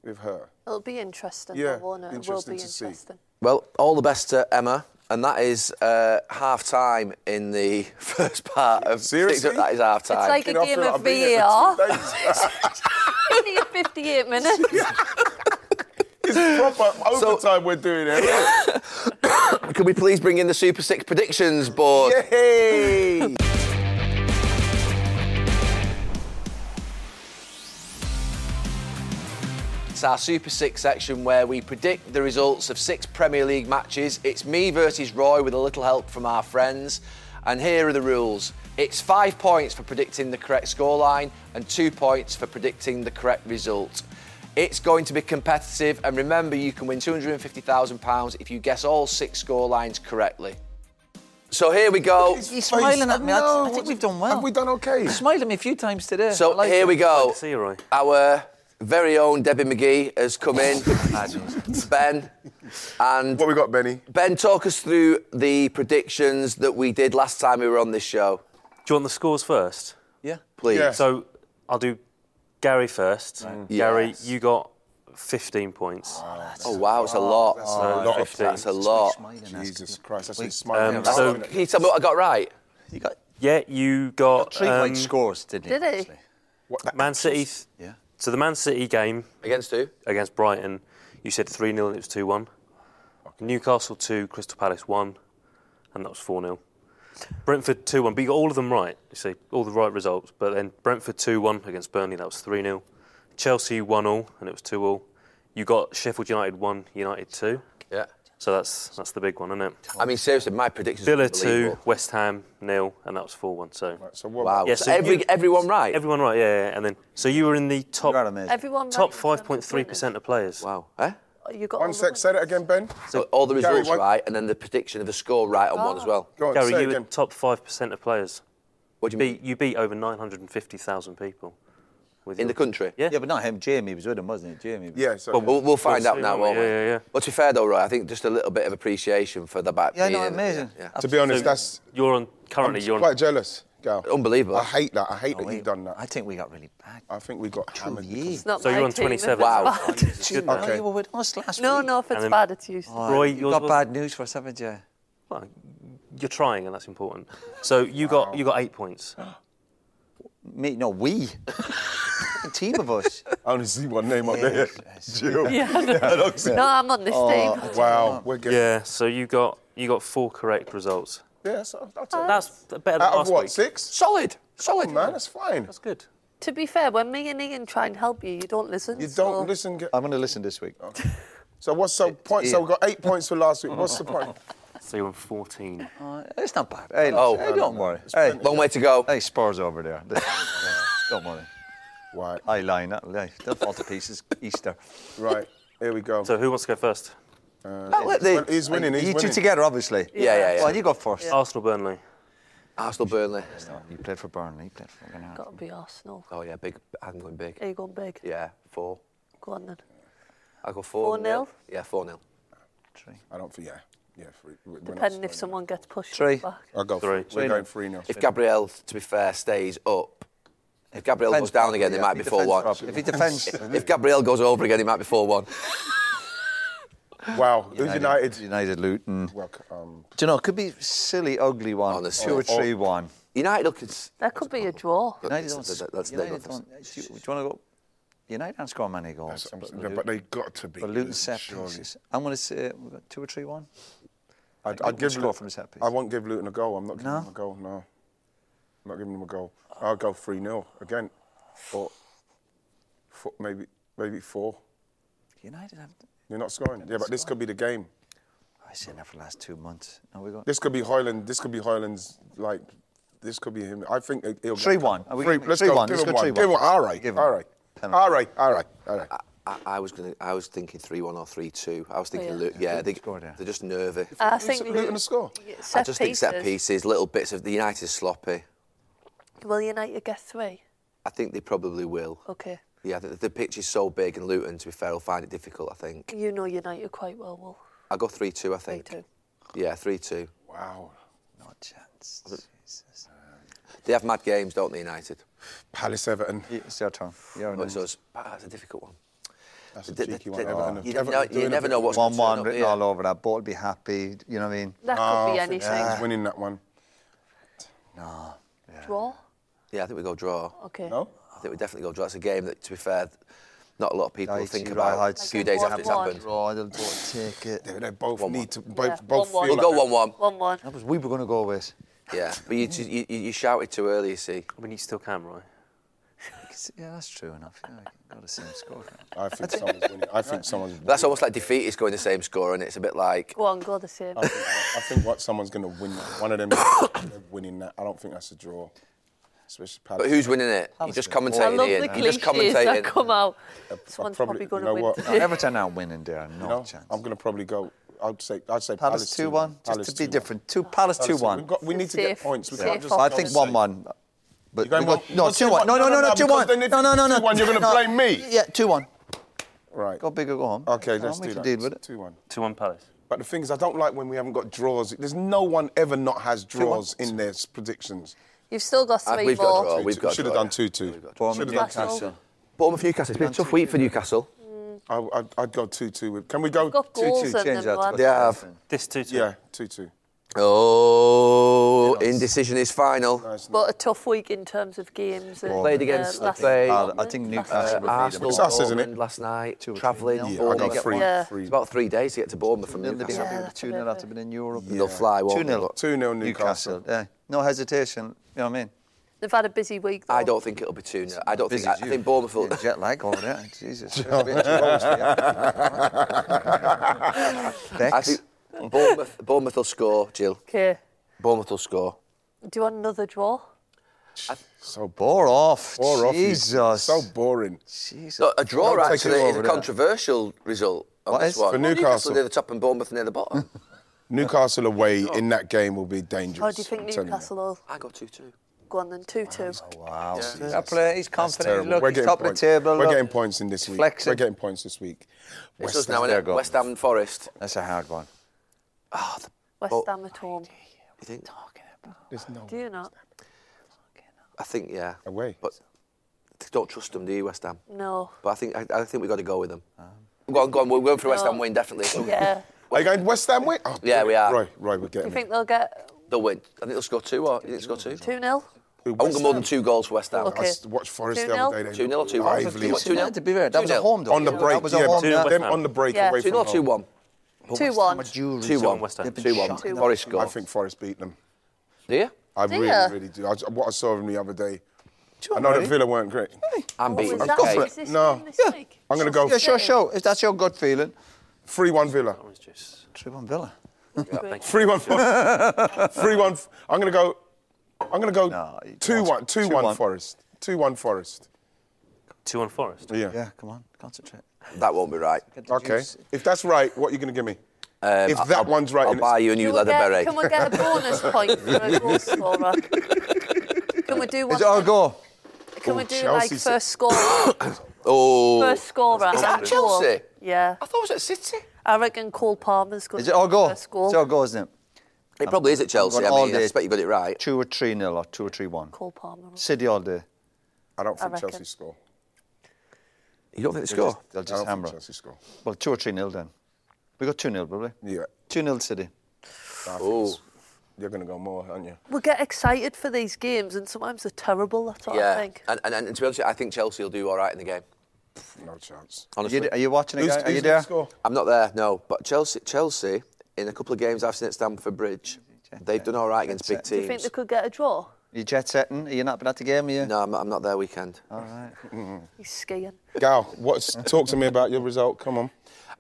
Speaker 3: with her.
Speaker 4: It'll be interesting. though,
Speaker 3: Yeah,
Speaker 4: won't it? It will
Speaker 3: interesting
Speaker 4: be
Speaker 3: to see.
Speaker 4: interesting.
Speaker 5: Well, all the best to Emma. And that is uh, half time in the first part of.
Speaker 3: Seriously?
Speaker 5: That is half time.
Speaker 4: It's like
Speaker 3: You
Speaker 4: a
Speaker 3: know, I
Speaker 4: game
Speaker 3: feel like
Speaker 4: of
Speaker 3: I've been here
Speaker 4: VAR.
Speaker 3: for two days.
Speaker 4: You need 58 minutes.
Speaker 3: it's proper
Speaker 5: So-
Speaker 3: overtime we're doing here.
Speaker 5: Can we please bring in the Super Six predictions board?
Speaker 3: Yay!
Speaker 5: It's our Super Six section where we predict the results of six Premier League matches. It's me versus Roy with a little help from our friends. And here are the rules it's five points for predicting the correct scoreline and two points for predicting the correct result. It's going to be competitive, and remember, you can win £250,000 if you guess all six scorelines correctly. So here we go.
Speaker 3: His
Speaker 6: You're
Speaker 3: face.
Speaker 6: smiling at me. I-
Speaker 3: No,
Speaker 6: I think
Speaker 3: what-
Speaker 6: we've done well.
Speaker 3: Have we done okay?
Speaker 6: You smiled at me a few times today.
Speaker 5: So
Speaker 6: I like
Speaker 5: here
Speaker 6: it.
Speaker 5: we go.
Speaker 10: see you, Roy.
Speaker 5: Our very own Debbie McGee has come in.
Speaker 10: Ah,
Speaker 5: ben. And
Speaker 3: What we got, Benny?
Speaker 5: Ben, talk us through the predictions that we did last time we were on this show,
Speaker 10: Do you want the scores first?
Speaker 6: Yeah.
Speaker 5: please.
Speaker 3: Yeah.
Speaker 10: So I'll do Gary first. Gary, you got 15 points.
Speaker 5: Oh, wow, it's a lot. That's,
Speaker 3: a lot of
Speaker 5: a lot.
Speaker 3: Jesus Christ, that's what smiling.
Speaker 10: Um,
Speaker 3: at.
Speaker 10: so-
Speaker 5: Can you tell me what I got right?
Speaker 6: You got
Speaker 10: Yeah, you got
Speaker 6: three
Speaker 10: um,
Speaker 6: great scores, didn't you?
Speaker 4: Did he?
Speaker 6: actually?
Speaker 10: Man City.
Speaker 6: Yeah.
Speaker 10: So the Man City game
Speaker 5: Against who?
Speaker 10: against Brighton, you said 3 0 and it was 2 1. Newcastle 2, Crystal Palace 1, and that was 4 0. Brentford 2 1, but you got all of them right, you see, all the right results. But then Brentford 2 1 against Burnley, that was 3 0. Chelsea 1 0, and it was 2 0. You got Sheffield United 1, United 2.
Speaker 5: Yeah.
Speaker 10: So that's that's the big one, isn't it?
Speaker 5: I mean, seriously, my predictions were
Speaker 10: Villa 2,
Speaker 5: unbelievable.
Speaker 10: West Ham nil, and that was 4 1. So
Speaker 3: so what?
Speaker 5: Wow.
Speaker 10: Yeah,
Speaker 5: so
Speaker 10: so
Speaker 5: every,
Speaker 10: you-
Speaker 5: everyone right?
Speaker 10: everyone right, yeah, yeah. And then, so you were in the top,
Speaker 6: You are amazing.
Speaker 4: Everyone
Speaker 10: top
Speaker 4: right in terms of
Speaker 10: 5.3% of players.
Speaker 5: wow. Eh?
Speaker 4: winning? Oh, You got all
Speaker 3: One
Speaker 4: the
Speaker 3: sec, say that
Speaker 4: winners.
Speaker 3: again, Ben.
Speaker 5: So all the
Speaker 3: Gary,
Speaker 5: results
Speaker 3: what-
Speaker 5: right, and then the prediction of the score right on
Speaker 4: Oh.
Speaker 5: one as well.
Speaker 3: Go on,
Speaker 10: Gary,
Speaker 3: say
Speaker 10: you
Speaker 3: it
Speaker 10: were
Speaker 3: again.
Speaker 10: top 5% of players.
Speaker 5: What do you
Speaker 10: beat,
Speaker 5: mean?
Speaker 10: you beat over 950,000 people. With
Speaker 5: In
Speaker 10: your-
Speaker 5: the country?
Speaker 10: Yeah.
Speaker 6: Yeah, but not him. Jamie was with him, wasn't he? Jamie. was-
Speaker 3: Yeah, so
Speaker 5: Well, we'll, we'll find
Speaker 10: We'll
Speaker 5: out
Speaker 10: see,
Speaker 5: now,
Speaker 10: won't
Speaker 5: won't
Speaker 10: we?
Speaker 5: we?
Speaker 10: Yeah, yeah, yeah.
Speaker 5: But to be fair, though, Roy, I think just a little bit of appreciation for the back.
Speaker 6: Yeah, no,
Speaker 5: being-
Speaker 6: amazing.
Speaker 5: yeah, yeah.
Speaker 3: to be honest, that's
Speaker 10: You're on, currently, you're
Speaker 3: I'm
Speaker 10: on.
Speaker 3: quite jealous, Gal.
Speaker 5: Unbelievable.
Speaker 3: I hate that. I hate that
Speaker 6: We-
Speaker 3: you've done
Speaker 6: Oh, I
Speaker 3: that.
Speaker 6: think we got really bad.
Speaker 3: I think we got
Speaker 6: Two
Speaker 3: hammered.
Speaker 6: years.
Speaker 4: It's not
Speaker 10: So
Speaker 4: my
Speaker 10: you're on
Speaker 4: team,
Speaker 10: 27.
Speaker 4: if it's
Speaker 5: Wow.
Speaker 4: bad.
Speaker 10: It's good, though.
Speaker 6: No,
Speaker 3: Okay.
Speaker 6: you were with us last
Speaker 4: No,
Speaker 6: week.
Speaker 4: no, if it's
Speaker 10: then-
Speaker 4: bad, it's used.
Speaker 6: Oh,
Speaker 10: Roy,
Speaker 6: you
Speaker 10: yours
Speaker 6: got
Speaker 10: was-
Speaker 6: bad news for us, haven't you?
Speaker 10: Well, you're trying, and that's important. So you got you got eight points.
Speaker 6: Me, no, we. a team of us.
Speaker 3: I only see one name on there.
Speaker 6: Yes.
Speaker 3: Jill.
Speaker 4: No, I'm on this team.
Speaker 3: Oh, Wow, we're getting.
Speaker 10: Yeah. So you got you got four correct results.
Speaker 3: Yeah, that's, I'll take
Speaker 10: That's better than
Speaker 3: Out
Speaker 10: last
Speaker 3: of what,
Speaker 10: week.
Speaker 3: six?
Speaker 6: Solid, solid.
Speaker 3: Oh, man, that's fine.
Speaker 10: That's good.
Speaker 4: To be fair, when me and Ian try and help you, you don't listen.
Speaker 3: You
Speaker 4: so-
Speaker 3: don't listen. Oh. Get...
Speaker 6: I'm going to listen this week.
Speaker 3: So what's the point? So we've got eight points for last week. What's the point?
Speaker 10: So you're on 14.
Speaker 6: Uh, it's not bad. Hey,
Speaker 5: Oh.
Speaker 6: oh, hey, don't worry. Hey,
Speaker 5: Long way to go.
Speaker 6: hey, Spurs over there. don't worry.
Speaker 3: Right,
Speaker 6: I line. that- hey, They'll fall to pieces. Easter.
Speaker 3: right. Here we go.
Speaker 10: So who wants to go first?
Speaker 6: Oh, look,
Speaker 3: Well, Uh, he's winning, he's
Speaker 6: you
Speaker 3: winning.
Speaker 6: two together, obviously.
Speaker 5: Yeah, yeah, yeah.
Speaker 6: Well, you go first.
Speaker 10: Arsenal, Burnley.
Speaker 5: Arsenal, Burnley.
Speaker 6: No, you played for Burnley. You played for fucking
Speaker 4: Got to
Speaker 6: Arsenal.
Speaker 4: be Arsenal.
Speaker 5: Oh yeah, big. I'm going big.
Speaker 4: Are you going big?
Speaker 5: Yeah, four.
Speaker 4: Go on then.
Speaker 5: I go four.
Speaker 4: 4-0?
Speaker 5: Yeah, four 0
Speaker 6: Three.
Speaker 3: I don't think. Yeah, yeah. Three, we're not
Speaker 4: Depending if
Speaker 3: scoring.
Speaker 4: someone gets pushed
Speaker 6: Three.
Speaker 4: back.
Speaker 3: I'll go.
Speaker 10: Three.
Speaker 3: Three. We're going three now.
Speaker 5: If Gabriel, to be fair, stays up, if Gabriel goes
Speaker 6: Defends
Speaker 5: down
Speaker 6: properly,
Speaker 5: again, they
Speaker 6: yeah.
Speaker 5: might
Speaker 6: If
Speaker 5: be
Speaker 6: he
Speaker 5: four
Speaker 6: defends
Speaker 5: one.
Speaker 6: properly. If he defends-
Speaker 5: if Gabriel goes over again, he might be four one.
Speaker 3: Wow. Who's United?
Speaker 6: United, Luton.
Speaker 3: Well, c- um,
Speaker 6: Do you know, it could be silly, ugly one.
Speaker 5: Honestly.
Speaker 6: Two or
Speaker 5: Oh, oh.
Speaker 6: three, one.
Speaker 5: United look. It's,
Speaker 4: That could be a draw.
Speaker 6: United
Speaker 5: that's-
Speaker 6: don't.
Speaker 5: that- that's- they
Speaker 6: United
Speaker 5: got this.
Speaker 6: don't. Do you, do you want to go? United don't score many goals.
Speaker 3: that's- I'm-
Speaker 6: but,
Speaker 3: yeah, but they got to be.
Speaker 6: but Luton
Speaker 3: good,
Speaker 6: set
Speaker 3: surely.
Speaker 6: pieces. I'm going to say we've got two or three, one.
Speaker 3: I'd,
Speaker 6: Luton
Speaker 3: I'd give
Speaker 6: score
Speaker 3: Lu-
Speaker 6: from the set piece.
Speaker 3: I won't give Luton a goal. I'm not giving
Speaker 6: No?
Speaker 3: them a goal. No, I'm not giving them a goal. I'll go three 0 again, or four, maybe maybe four.
Speaker 6: United have.
Speaker 3: You're not scoring. Yeah, but this could be the game.
Speaker 6: I say that for the last two months. No, we got
Speaker 3: This could be Hoyland. This could be Hoyland's. Like, this could be him. I think it- he'll. get-
Speaker 6: Three one. Are we
Speaker 3: Three.
Speaker 6: giving-
Speaker 3: Let's
Speaker 6: three
Speaker 3: go.
Speaker 6: one.
Speaker 3: Give
Speaker 6: Let's
Speaker 3: him
Speaker 6: go
Speaker 3: one.
Speaker 6: three
Speaker 3: Give him
Speaker 6: one.
Speaker 3: one. All right.
Speaker 6: Give him
Speaker 3: all right.
Speaker 6: penalty.
Speaker 3: All right. All right. All right.
Speaker 5: I, I was going. I was thinking three one or three two. I was thinking.
Speaker 4: Oh, yeah.
Speaker 5: Lu- yeah, they,
Speaker 6: score, yeah.
Speaker 5: they're just nervy.
Speaker 4: I think
Speaker 3: Luton to score.
Speaker 4: Yeah, Set
Speaker 5: I just think set pieces, little bits of the United sloppy.
Speaker 4: Will United get three?
Speaker 5: I think they probably will.
Speaker 4: Okay.
Speaker 5: Yeah, the, the pitch is so big, and Luton, to be fair, will find it difficult. I think.
Speaker 4: You know United quite well, Will.
Speaker 5: I go three two. I
Speaker 4: They
Speaker 5: think.
Speaker 4: do.
Speaker 5: Yeah, three two.
Speaker 3: Wow.
Speaker 6: no chance. Jesus.
Speaker 5: They have mad games, don't they? United.
Speaker 3: Palace Everton.
Speaker 6: It's your turn. You're
Speaker 5: Oh, it's
Speaker 6: in.
Speaker 5: us. Ah, That's a difficult one.
Speaker 3: That's a
Speaker 5: The- the- the-
Speaker 3: cheeky one. Everton have-
Speaker 5: you never
Speaker 3: Everton
Speaker 5: know-
Speaker 3: are
Speaker 5: you
Speaker 3: doing a
Speaker 5: never
Speaker 3: bit
Speaker 5: know
Speaker 3: of-
Speaker 5: what's
Speaker 6: One
Speaker 5: Turn
Speaker 6: one
Speaker 5: up
Speaker 6: written
Speaker 5: here.
Speaker 6: all over that. Ball would be happy. You know what I mean?
Speaker 4: That could
Speaker 3: Oh,
Speaker 4: be
Speaker 3: I think
Speaker 4: anything.
Speaker 3: He's winning that one.
Speaker 4: Draw?
Speaker 5: Yeah, I think we go draw.
Speaker 4: Okay.
Speaker 3: No.
Speaker 5: I think we definitely go draw. It's a game that, to be fair, not a lot of people
Speaker 6: Daichi,
Speaker 5: think
Speaker 6: right,
Speaker 5: about.
Speaker 6: I'd
Speaker 5: a
Speaker 6: say
Speaker 5: few days
Speaker 4: one-
Speaker 5: after it's
Speaker 4: one.
Speaker 5: happened.
Speaker 6: Draw. They'll both take it.
Speaker 3: They, they both
Speaker 5: One,
Speaker 3: need
Speaker 5: one.
Speaker 3: to. Both,
Speaker 4: Yeah.
Speaker 3: both
Speaker 4: One, one.
Speaker 3: feel
Speaker 5: We'll go one
Speaker 3: like-
Speaker 5: one.
Speaker 4: One one.
Speaker 6: That was we were going to go with.
Speaker 5: Yeah, but you, you, you, you shouted too early. You see,
Speaker 10: I mean, you still can, right?
Speaker 6: Yeah, that's true enough. Yeah, we got the same score.
Speaker 3: I think someone's winning. I think someone's.
Speaker 5: that's almost like defeat is going the same score, and it's a bit like
Speaker 4: Go on, go the same.
Speaker 3: I think, I think what someone's going to win. One of them they're winning that. I don't think that's a draw. Especially Palace.
Speaker 5: But who's winning it? You're just
Speaker 4: I
Speaker 5: commentating,
Speaker 4: love
Speaker 5: Ian.
Speaker 4: the
Speaker 5: You're just
Speaker 4: cliches that
Speaker 5: commentating.
Speaker 4: come out.
Speaker 3: Uh, I
Speaker 4: This one's probably, going
Speaker 3: you
Speaker 4: to
Speaker 3: know
Speaker 4: win.
Speaker 3: what?
Speaker 4: today.
Speaker 6: Everton aren't winning there. No
Speaker 3: You know,
Speaker 6: chance.
Speaker 3: I'm going to probably go. I'd say. I'd say
Speaker 6: Palace two one. Just
Speaker 3: Palace
Speaker 6: to be
Speaker 3: 2-1.
Speaker 6: different.
Speaker 4: Oh.
Speaker 6: Two Palace two
Speaker 3: Palace,
Speaker 6: one.
Speaker 3: We've got, we need to get
Speaker 4: Safe-
Speaker 3: points. We
Speaker 4: safe
Speaker 3: can't just.
Speaker 4: got-
Speaker 6: I
Speaker 4: option.
Speaker 6: think one one. But
Speaker 3: You're
Speaker 6: we
Speaker 3: going
Speaker 6: got-
Speaker 3: one-
Speaker 6: no,
Speaker 3: no,
Speaker 6: two one. No, no, no, no, two
Speaker 3: because
Speaker 6: one.
Speaker 3: then if
Speaker 6: No, no, no, no.
Speaker 3: 2-1, you're gonna
Speaker 6: No.
Speaker 3: blame me.
Speaker 6: Yeah, two one.
Speaker 3: Right.
Speaker 6: Go big or go home.
Speaker 3: Okay,
Speaker 6: Go on,
Speaker 3: let's
Speaker 6: we
Speaker 3: do
Speaker 6: can
Speaker 3: that.
Speaker 6: deal with it.
Speaker 3: Two one.
Speaker 10: Two one Palace.
Speaker 3: But the thing is, I don't like when we haven't got draws. There's no one ever not has draws in their s- predictions.
Speaker 4: You've still got
Speaker 6: Ah,
Speaker 5: Uh,
Speaker 4: three
Speaker 5: we've got
Speaker 4: more.
Speaker 5: a draw. We've got a
Speaker 3: should have
Speaker 5: draw,
Speaker 3: done
Speaker 5: yeah.
Speaker 3: two two.
Speaker 6: Bournemouth,
Speaker 3: Should have done
Speaker 4: Newcastle.
Speaker 3: two.
Speaker 5: Bournemouth, Newcastle. It's been a tough week for Newcastle.
Speaker 3: I, I'd, I'd go two two. With, can we go?
Speaker 4: We've got
Speaker 6: Two
Speaker 4: goals
Speaker 6: two.
Speaker 4: in
Speaker 6: Change that.
Speaker 4: them, lad.
Speaker 5: Yeah. have.
Speaker 10: This two two.
Speaker 3: Yeah, two two.
Speaker 5: Oh, indecision is final.
Speaker 4: But a tough week in terms of games. and,
Speaker 5: Played against-
Speaker 4: last
Speaker 5: played-
Speaker 4: week,
Speaker 6: I
Speaker 5: Uh,
Speaker 6: think
Speaker 4: wasn't it?
Speaker 6: Newcastle would
Speaker 4: Last week.
Speaker 6: beat them.
Speaker 5: Arsenal,
Speaker 3: It's us, isn't it?
Speaker 5: Dortmund last night,
Speaker 6: Two or three
Speaker 5: travelling.
Speaker 6: nil.
Speaker 3: Yeah, I
Speaker 5: Bournemouth.
Speaker 3: got three
Speaker 4: Yeah.
Speaker 3: three.
Speaker 5: It's about three days to get to Bournemouth from
Speaker 6: They'll be
Speaker 5: Newcastle.
Speaker 6: happy
Speaker 4: Yeah,
Speaker 6: with
Speaker 4: that's
Speaker 6: two
Speaker 4: a bit
Speaker 6: nil after
Speaker 4: of a-
Speaker 6: being in Europe.
Speaker 5: They'll fly. won't
Speaker 6: Two
Speaker 5: they?
Speaker 6: nil.
Speaker 3: 2-0 Newcastle.
Speaker 6: Newcastle. Yeah, no hesitation. You know what I mean?
Speaker 4: They've had a busy week. Though.
Speaker 5: I don't think it'll be two. No. I don't think.
Speaker 6: Busy
Speaker 5: I, I
Speaker 6: as you.
Speaker 5: think Bournemouth will.
Speaker 6: Yeah, jet lag over there. Jesus. Bex.
Speaker 5: I think Bournemouth, Bournemouth will score, Jill.
Speaker 4: Okay.
Speaker 5: Bournemouth will score.
Speaker 4: Do you want another draw?
Speaker 3: So boring.
Speaker 6: Bore off.
Speaker 3: Bore off you.
Speaker 6: Jesus.
Speaker 3: So boring.
Speaker 6: Jesus.
Speaker 5: So a draw
Speaker 3: I'll take
Speaker 5: actually
Speaker 3: it
Speaker 5: is
Speaker 3: over
Speaker 5: a
Speaker 3: there.
Speaker 5: controversial result. On
Speaker 6: What
Speaker 5: this
Speaker 6: is?
Speaker 5: one.
Speaker 3: For Newcastle.
Speaker 5: near the top and Bournemouth near the bottom.
Speaker 3: Newcastle away in that game will be dangerous.
Speaker 4: How do you think
Speaker 3: I'm telling
Speaker 4: Newcastle will
Speaker 5: I got two two.
Speaker 4: go on then? 2 2.
Speaker 6: Wow.
Speaker 3: Jesus.
Speaker 6: That player, he's
Speaker 3: That's
Speaker 6: confident.
Speaker 3: terrible.
Speaker 6: Look,
Speaker 3: We're
Speaker 6: he's
Speaker 3: getting
Speaker 6: top of the
Speaker 3: points.
Speaker 6: table.
Speaker 3: We're
Speaker 6: look.
Speaker 3: getting points in this week.
Speaker 6: flexing.
Speaker 3: We're getting points this week.
Speaker 5: It's
Speaker 3: West
Speaker 5: us
Speaker 3: Ham.
Speaker 5: now,
Speaker 6: there
Speaker 5: isn't it?
Speaker 6: goes.
Speaker 5: West Ham and Forest.
Speaker 6: That's a hard one.
Speaker 4: West
Speaker 5: Oh.
Speaker 4: Ham at home.
Speaker 5: You think?
Speaker 3: There's no
Speaker 4: Do you not?
Speaker 5: I think yeah.
Speaker 3: Away.
Speaker 5: But they don't trust them, do you, West Ham?
Speaker 4: No.
Speaker 5: But I think I, I think we got to go with them.
Speaker 6: Uh-huh.
Speaker 5: Go on, go on. We're going for a West
Speaker 4: No.
Speaker 5: Ham win definitely.
Speaker 4: Oh, Yeah.
Speaker 3: Are you going West Ham way? Oh,
Speaker 5: Yeah, we are.
Speaker 3: Right, right, we're
Speaker 4: Do
Speaker 3: getting
Speaker 4: you think they'll get
Speaker 5: They'll win. I think they'll score two. Or you think they'll score two?
Speaker 4: 2 0?
Speaker 3: it.
Speaker 5: I won't
Speaker 3: West
Speaker 5: go more than
Speaker 3: Ham.
Speaker 5: two goals for West Ham.
Speaker 3: I
Speaker 4: Okay.
Speaker 3: s- watched Forest the
Speaker 4: 2-0?
Speaker 3: other day. They
Speaker 5: 2-0
Speaker 3: looked
Speaker 5: or 2-1?
Speaker 3: lively.
Speaker 5: What, 2-0?
Speaker 6: To be fair, that was a
Speaker 5: 2-0.
Speaker 6: home, though.
Speaker 3: On the
Speaker 6: That
Speaker 3: break,
Speaker 6: was a
Speaker 3: yeah.
Speaker 6: home,
Speaker 3: but
Speaker 10: yeah.
Speaker 3: Them on the break
Speaker 4: Yeah.
Speaker 3: away
Speaker 5: Two
Speaker 3: from
Speaker 5: nil, two
Speaker 3: home.
Speaker 5: one.
Speaker 6: But
Speaker 4: 2
Speaker 6: West Ham
Speaker 4: 1.
Speaker 6: are juries
Speaker 5: Two
Speaker 6: on.
Speaker 5: one.
Speaker 10: West Ham.
Speaker 6: They've been
Speaker 5: Two one.
Speaker 6: shocking.
Speaker 5: Forest score.
Speaker 3: I think Forest beat them.
Speaker 5: Do you?
Speaker 3: I
Speaker 4: Do
Speaker 3: really,
Speaker 4: ya?
Speaker 3: really do. I, what I saw of him the other day, I
Speaker 6: on,
Speaker 3: know that
Speaker 6: Eddie.
Speaker 3: Villa weren't great.
Speaker 5: I'm beating
Speaker 4: was
Speaker 3: I've
Speaker 5: the
Speaker 4: that
Speaker 3: got
Speaker 4: what
Speaker 3: for
Speaker 4: was
Speaker 5: cake.
Speaker 3: it.
Speaker 4: this
Speaker 3: No.
Speaker 4: game this week?
Speaker 3: I'm going to go
Speaker 6: Yeah, sure,
Speaker 4: City.
Speaker 6: sure. If that's your gut feeling,
Speaker 3: 3 1 Villa.
Speaker 10: Orange juice.
Speaker 6: 3 1 Villa.
Speaker 3: 3 1 Forest. 3 1. I'm going to go. I'm going to go
Speaker 6: No, it
Speaker 3: 2
Speaker 6: was-
Speaker 3: 1 2
Speaker 6: two
Speaker 3: 1
Speaker 6: one.
Speaker 3: Forest. 2 1 Forest.
Speaker 10: Two on Forest.
Speaker 3: Yeah.
Speaker 6: Yeah, come on, concentrate.
Speaker 5: That won't be right.
Speaker 3: Okay. If that's right, what are you going to give me? if that one's
Speaker 5: Um,
Speaker 3: right,
Speaker 5: I'll
Speaker 3: and it's-
Speaker 5: buy you a new
Speaker 4: Can we
Speaker 5: leather
Speaker 4: get-
Speaker 5: beret.
Speaker 4: Can we get a bonus point for a goal scorer? Can we do one?
Speaker 6: Is it our goal?
Speaker 4: Can we
Speaker 3: Oh,
Speaker 4: do
Speaker 3: Chelsea
Speaker 4: like
Speaker 3: said-
Speaker 4: first scorer?
Speaker 5: Oh,
Speaker 4: first scorer.
Speaker 5: Is that
Speaker 4: and goal?
Speaker 5: Chelsea?
Speaker 4: Yeah.
Speaker 5: I thought it was at City.
Speaker 4: I reckon Cole Palmer's going
Speaker 6: Is it our goal?
Speaker 4: first goal.
Speaker 6: It's our goal, isn't it?
Speaker 5: It probably is at Chelsea. I
Speaker 6: All
Speaker 5: mean, I
Speaker 6: day.
Speaker 5: expect you got it right.
Speaker 6: 2 or 3 nil or 2 or 3 1.
Speaker 4: Cole Palmer.
Speaker 6: City all day.
Speaker 3: I don't think
Speaker 4: reckon.
Speaker 3: Chelsea score.
Speaker 5: You don't think they score?
Speaker 6: They'll
Speaker 3: I
Speaker 6: just
Speaker 3: don't
Speaker 6: hammer
Speaker 3: think
Speaker 6: it.
Speaker 3: Chelsea score.
Speaker 6: Well, 2 or 3 nil then. We got 2 nil, probably.
Speaker 3: Yeah.
Speaker 6: 2 nil City.
Speaker 3: I think
Speaker 5: Oh,
Speaker 3: it's- You're going to go more, aren't you?
Speaker 4: We get excited for these games, and sometimes they're terrible. That's what I
Speaker 5: yeah.
Speaker 4: think.
Speaker 5: And, and, and to be honest, with you, I think Chelsea will do all right in the game.
Speaker 3: No chance.
Speaker 6: Are you,
Speaker 5: Honestly,
Speaker 6: are you watching it,
Speaker 3: Who's,
Speaker 6: guy? Are
Speaker 3: who's
Speaker 6: you
Speaker 3: going to
Speaker 6: there?
Speaker 3: score?
Speaker 5: I'm not there. No, but Chelsea, Chelsea, in a couple of games I've seen at Stamford Bridge, they've done all right against big
Speaker 4: Do you think
Speaker 5: teams.
Speaker 4: they could get a draw?
Speaker 6: Are you jet setting? Are you not been at the game? Are you?
Speaker 5: No, I'm not, I'm not there weekend.
Speaker 4: He's skiing.
Speaker 3: Gal, what's, talk to me about your result. Come on.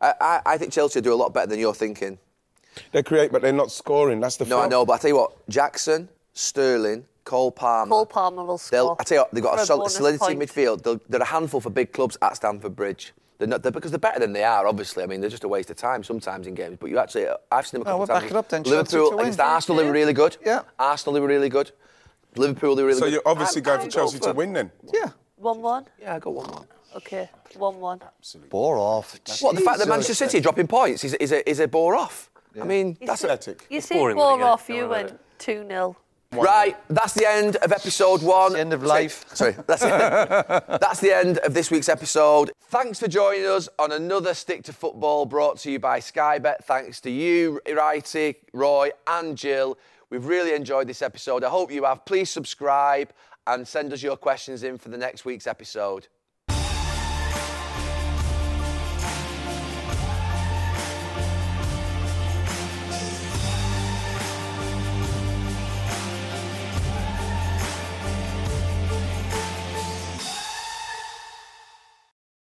Speaker 5: I, I, I think Chelsea will do a lot better than you're thinking.
Speaker 3: They create, but they're not scoring. That's the
Speaker 5: No, I
Speaker 3: thing.
Speaker 5: know, but I tell you what, Jackson, Sterling, Cole Palmer.
Speaker 4: Cole Palmer will score.
Speaker 5: They'll, I tell you, what, they've got
Speaker 4: For
Speaker 5: a, sol-
Speaker 4: bonus
Speaker 5: solidity
Speaker 4: point.
Speaker 5: midfield. They'll, they're a handful for big clubs at Stamford Bridge. They're not, they're, because they're better than they are, obviously. I mean, they're just a waste of time sometimes in games. But you actually, I've seen them. A
Speaker 6: No,
Speaker 5: couple
Speaker 6: we'll
Speaker 5: of times.
Speaker 6: back it up then, Chelsea
Speaker 5: Liverpool
Speaker 6: to win.
Speaker 5: against Arsenal, they were really good.
Speaker 6: Yeah.
Speaker 5: Arsenal, they were really good. Liverpool, they were really
Speaker 3: So
Speaker 5: good.
Speaker 3: you're obviously
Speaker 5: I'm-
Speaker 3: going
Speaker 5: I'm
Speaker 3: for Chelsea to win then?
Speaker 6: Yeah.
Speaker 4: One-one.
Speaker 5: Yeah, I got one more.
Speaker 4: Okay. One-one.
Speaker 6: Bore off.
Speaker 5: What the fact that
Speaker 6: Jesus.
Speaker 5: Manchester City are dropping points is, is a is a bore off. I mean, that's a,
Speaker 3: Athletic.
Speaker 4: You see,
Speaker 10: boring when
Speaker 4: four
Speaker 10: they get-
Speaker 4: off.
Speaker 10: don't
Speaker 4: You
Speaker 10: worry about
Speaker 4: went two 0
Speaker 5: Right, that's the end of episode one.
Speaker 6: the end of
Speaker 5: Sorry,
Speaker 6: life.
Speaker 5: Sorry, that's, that's the end of this week's episode. Thanks for joining us on another Stick to Football brought to you by Sky Bet. Thanks to you, Righty, Roy, and Jill. We've really enjoyed this episode. I hope you have. Please subscribe and send us your questions in for the next week's episode.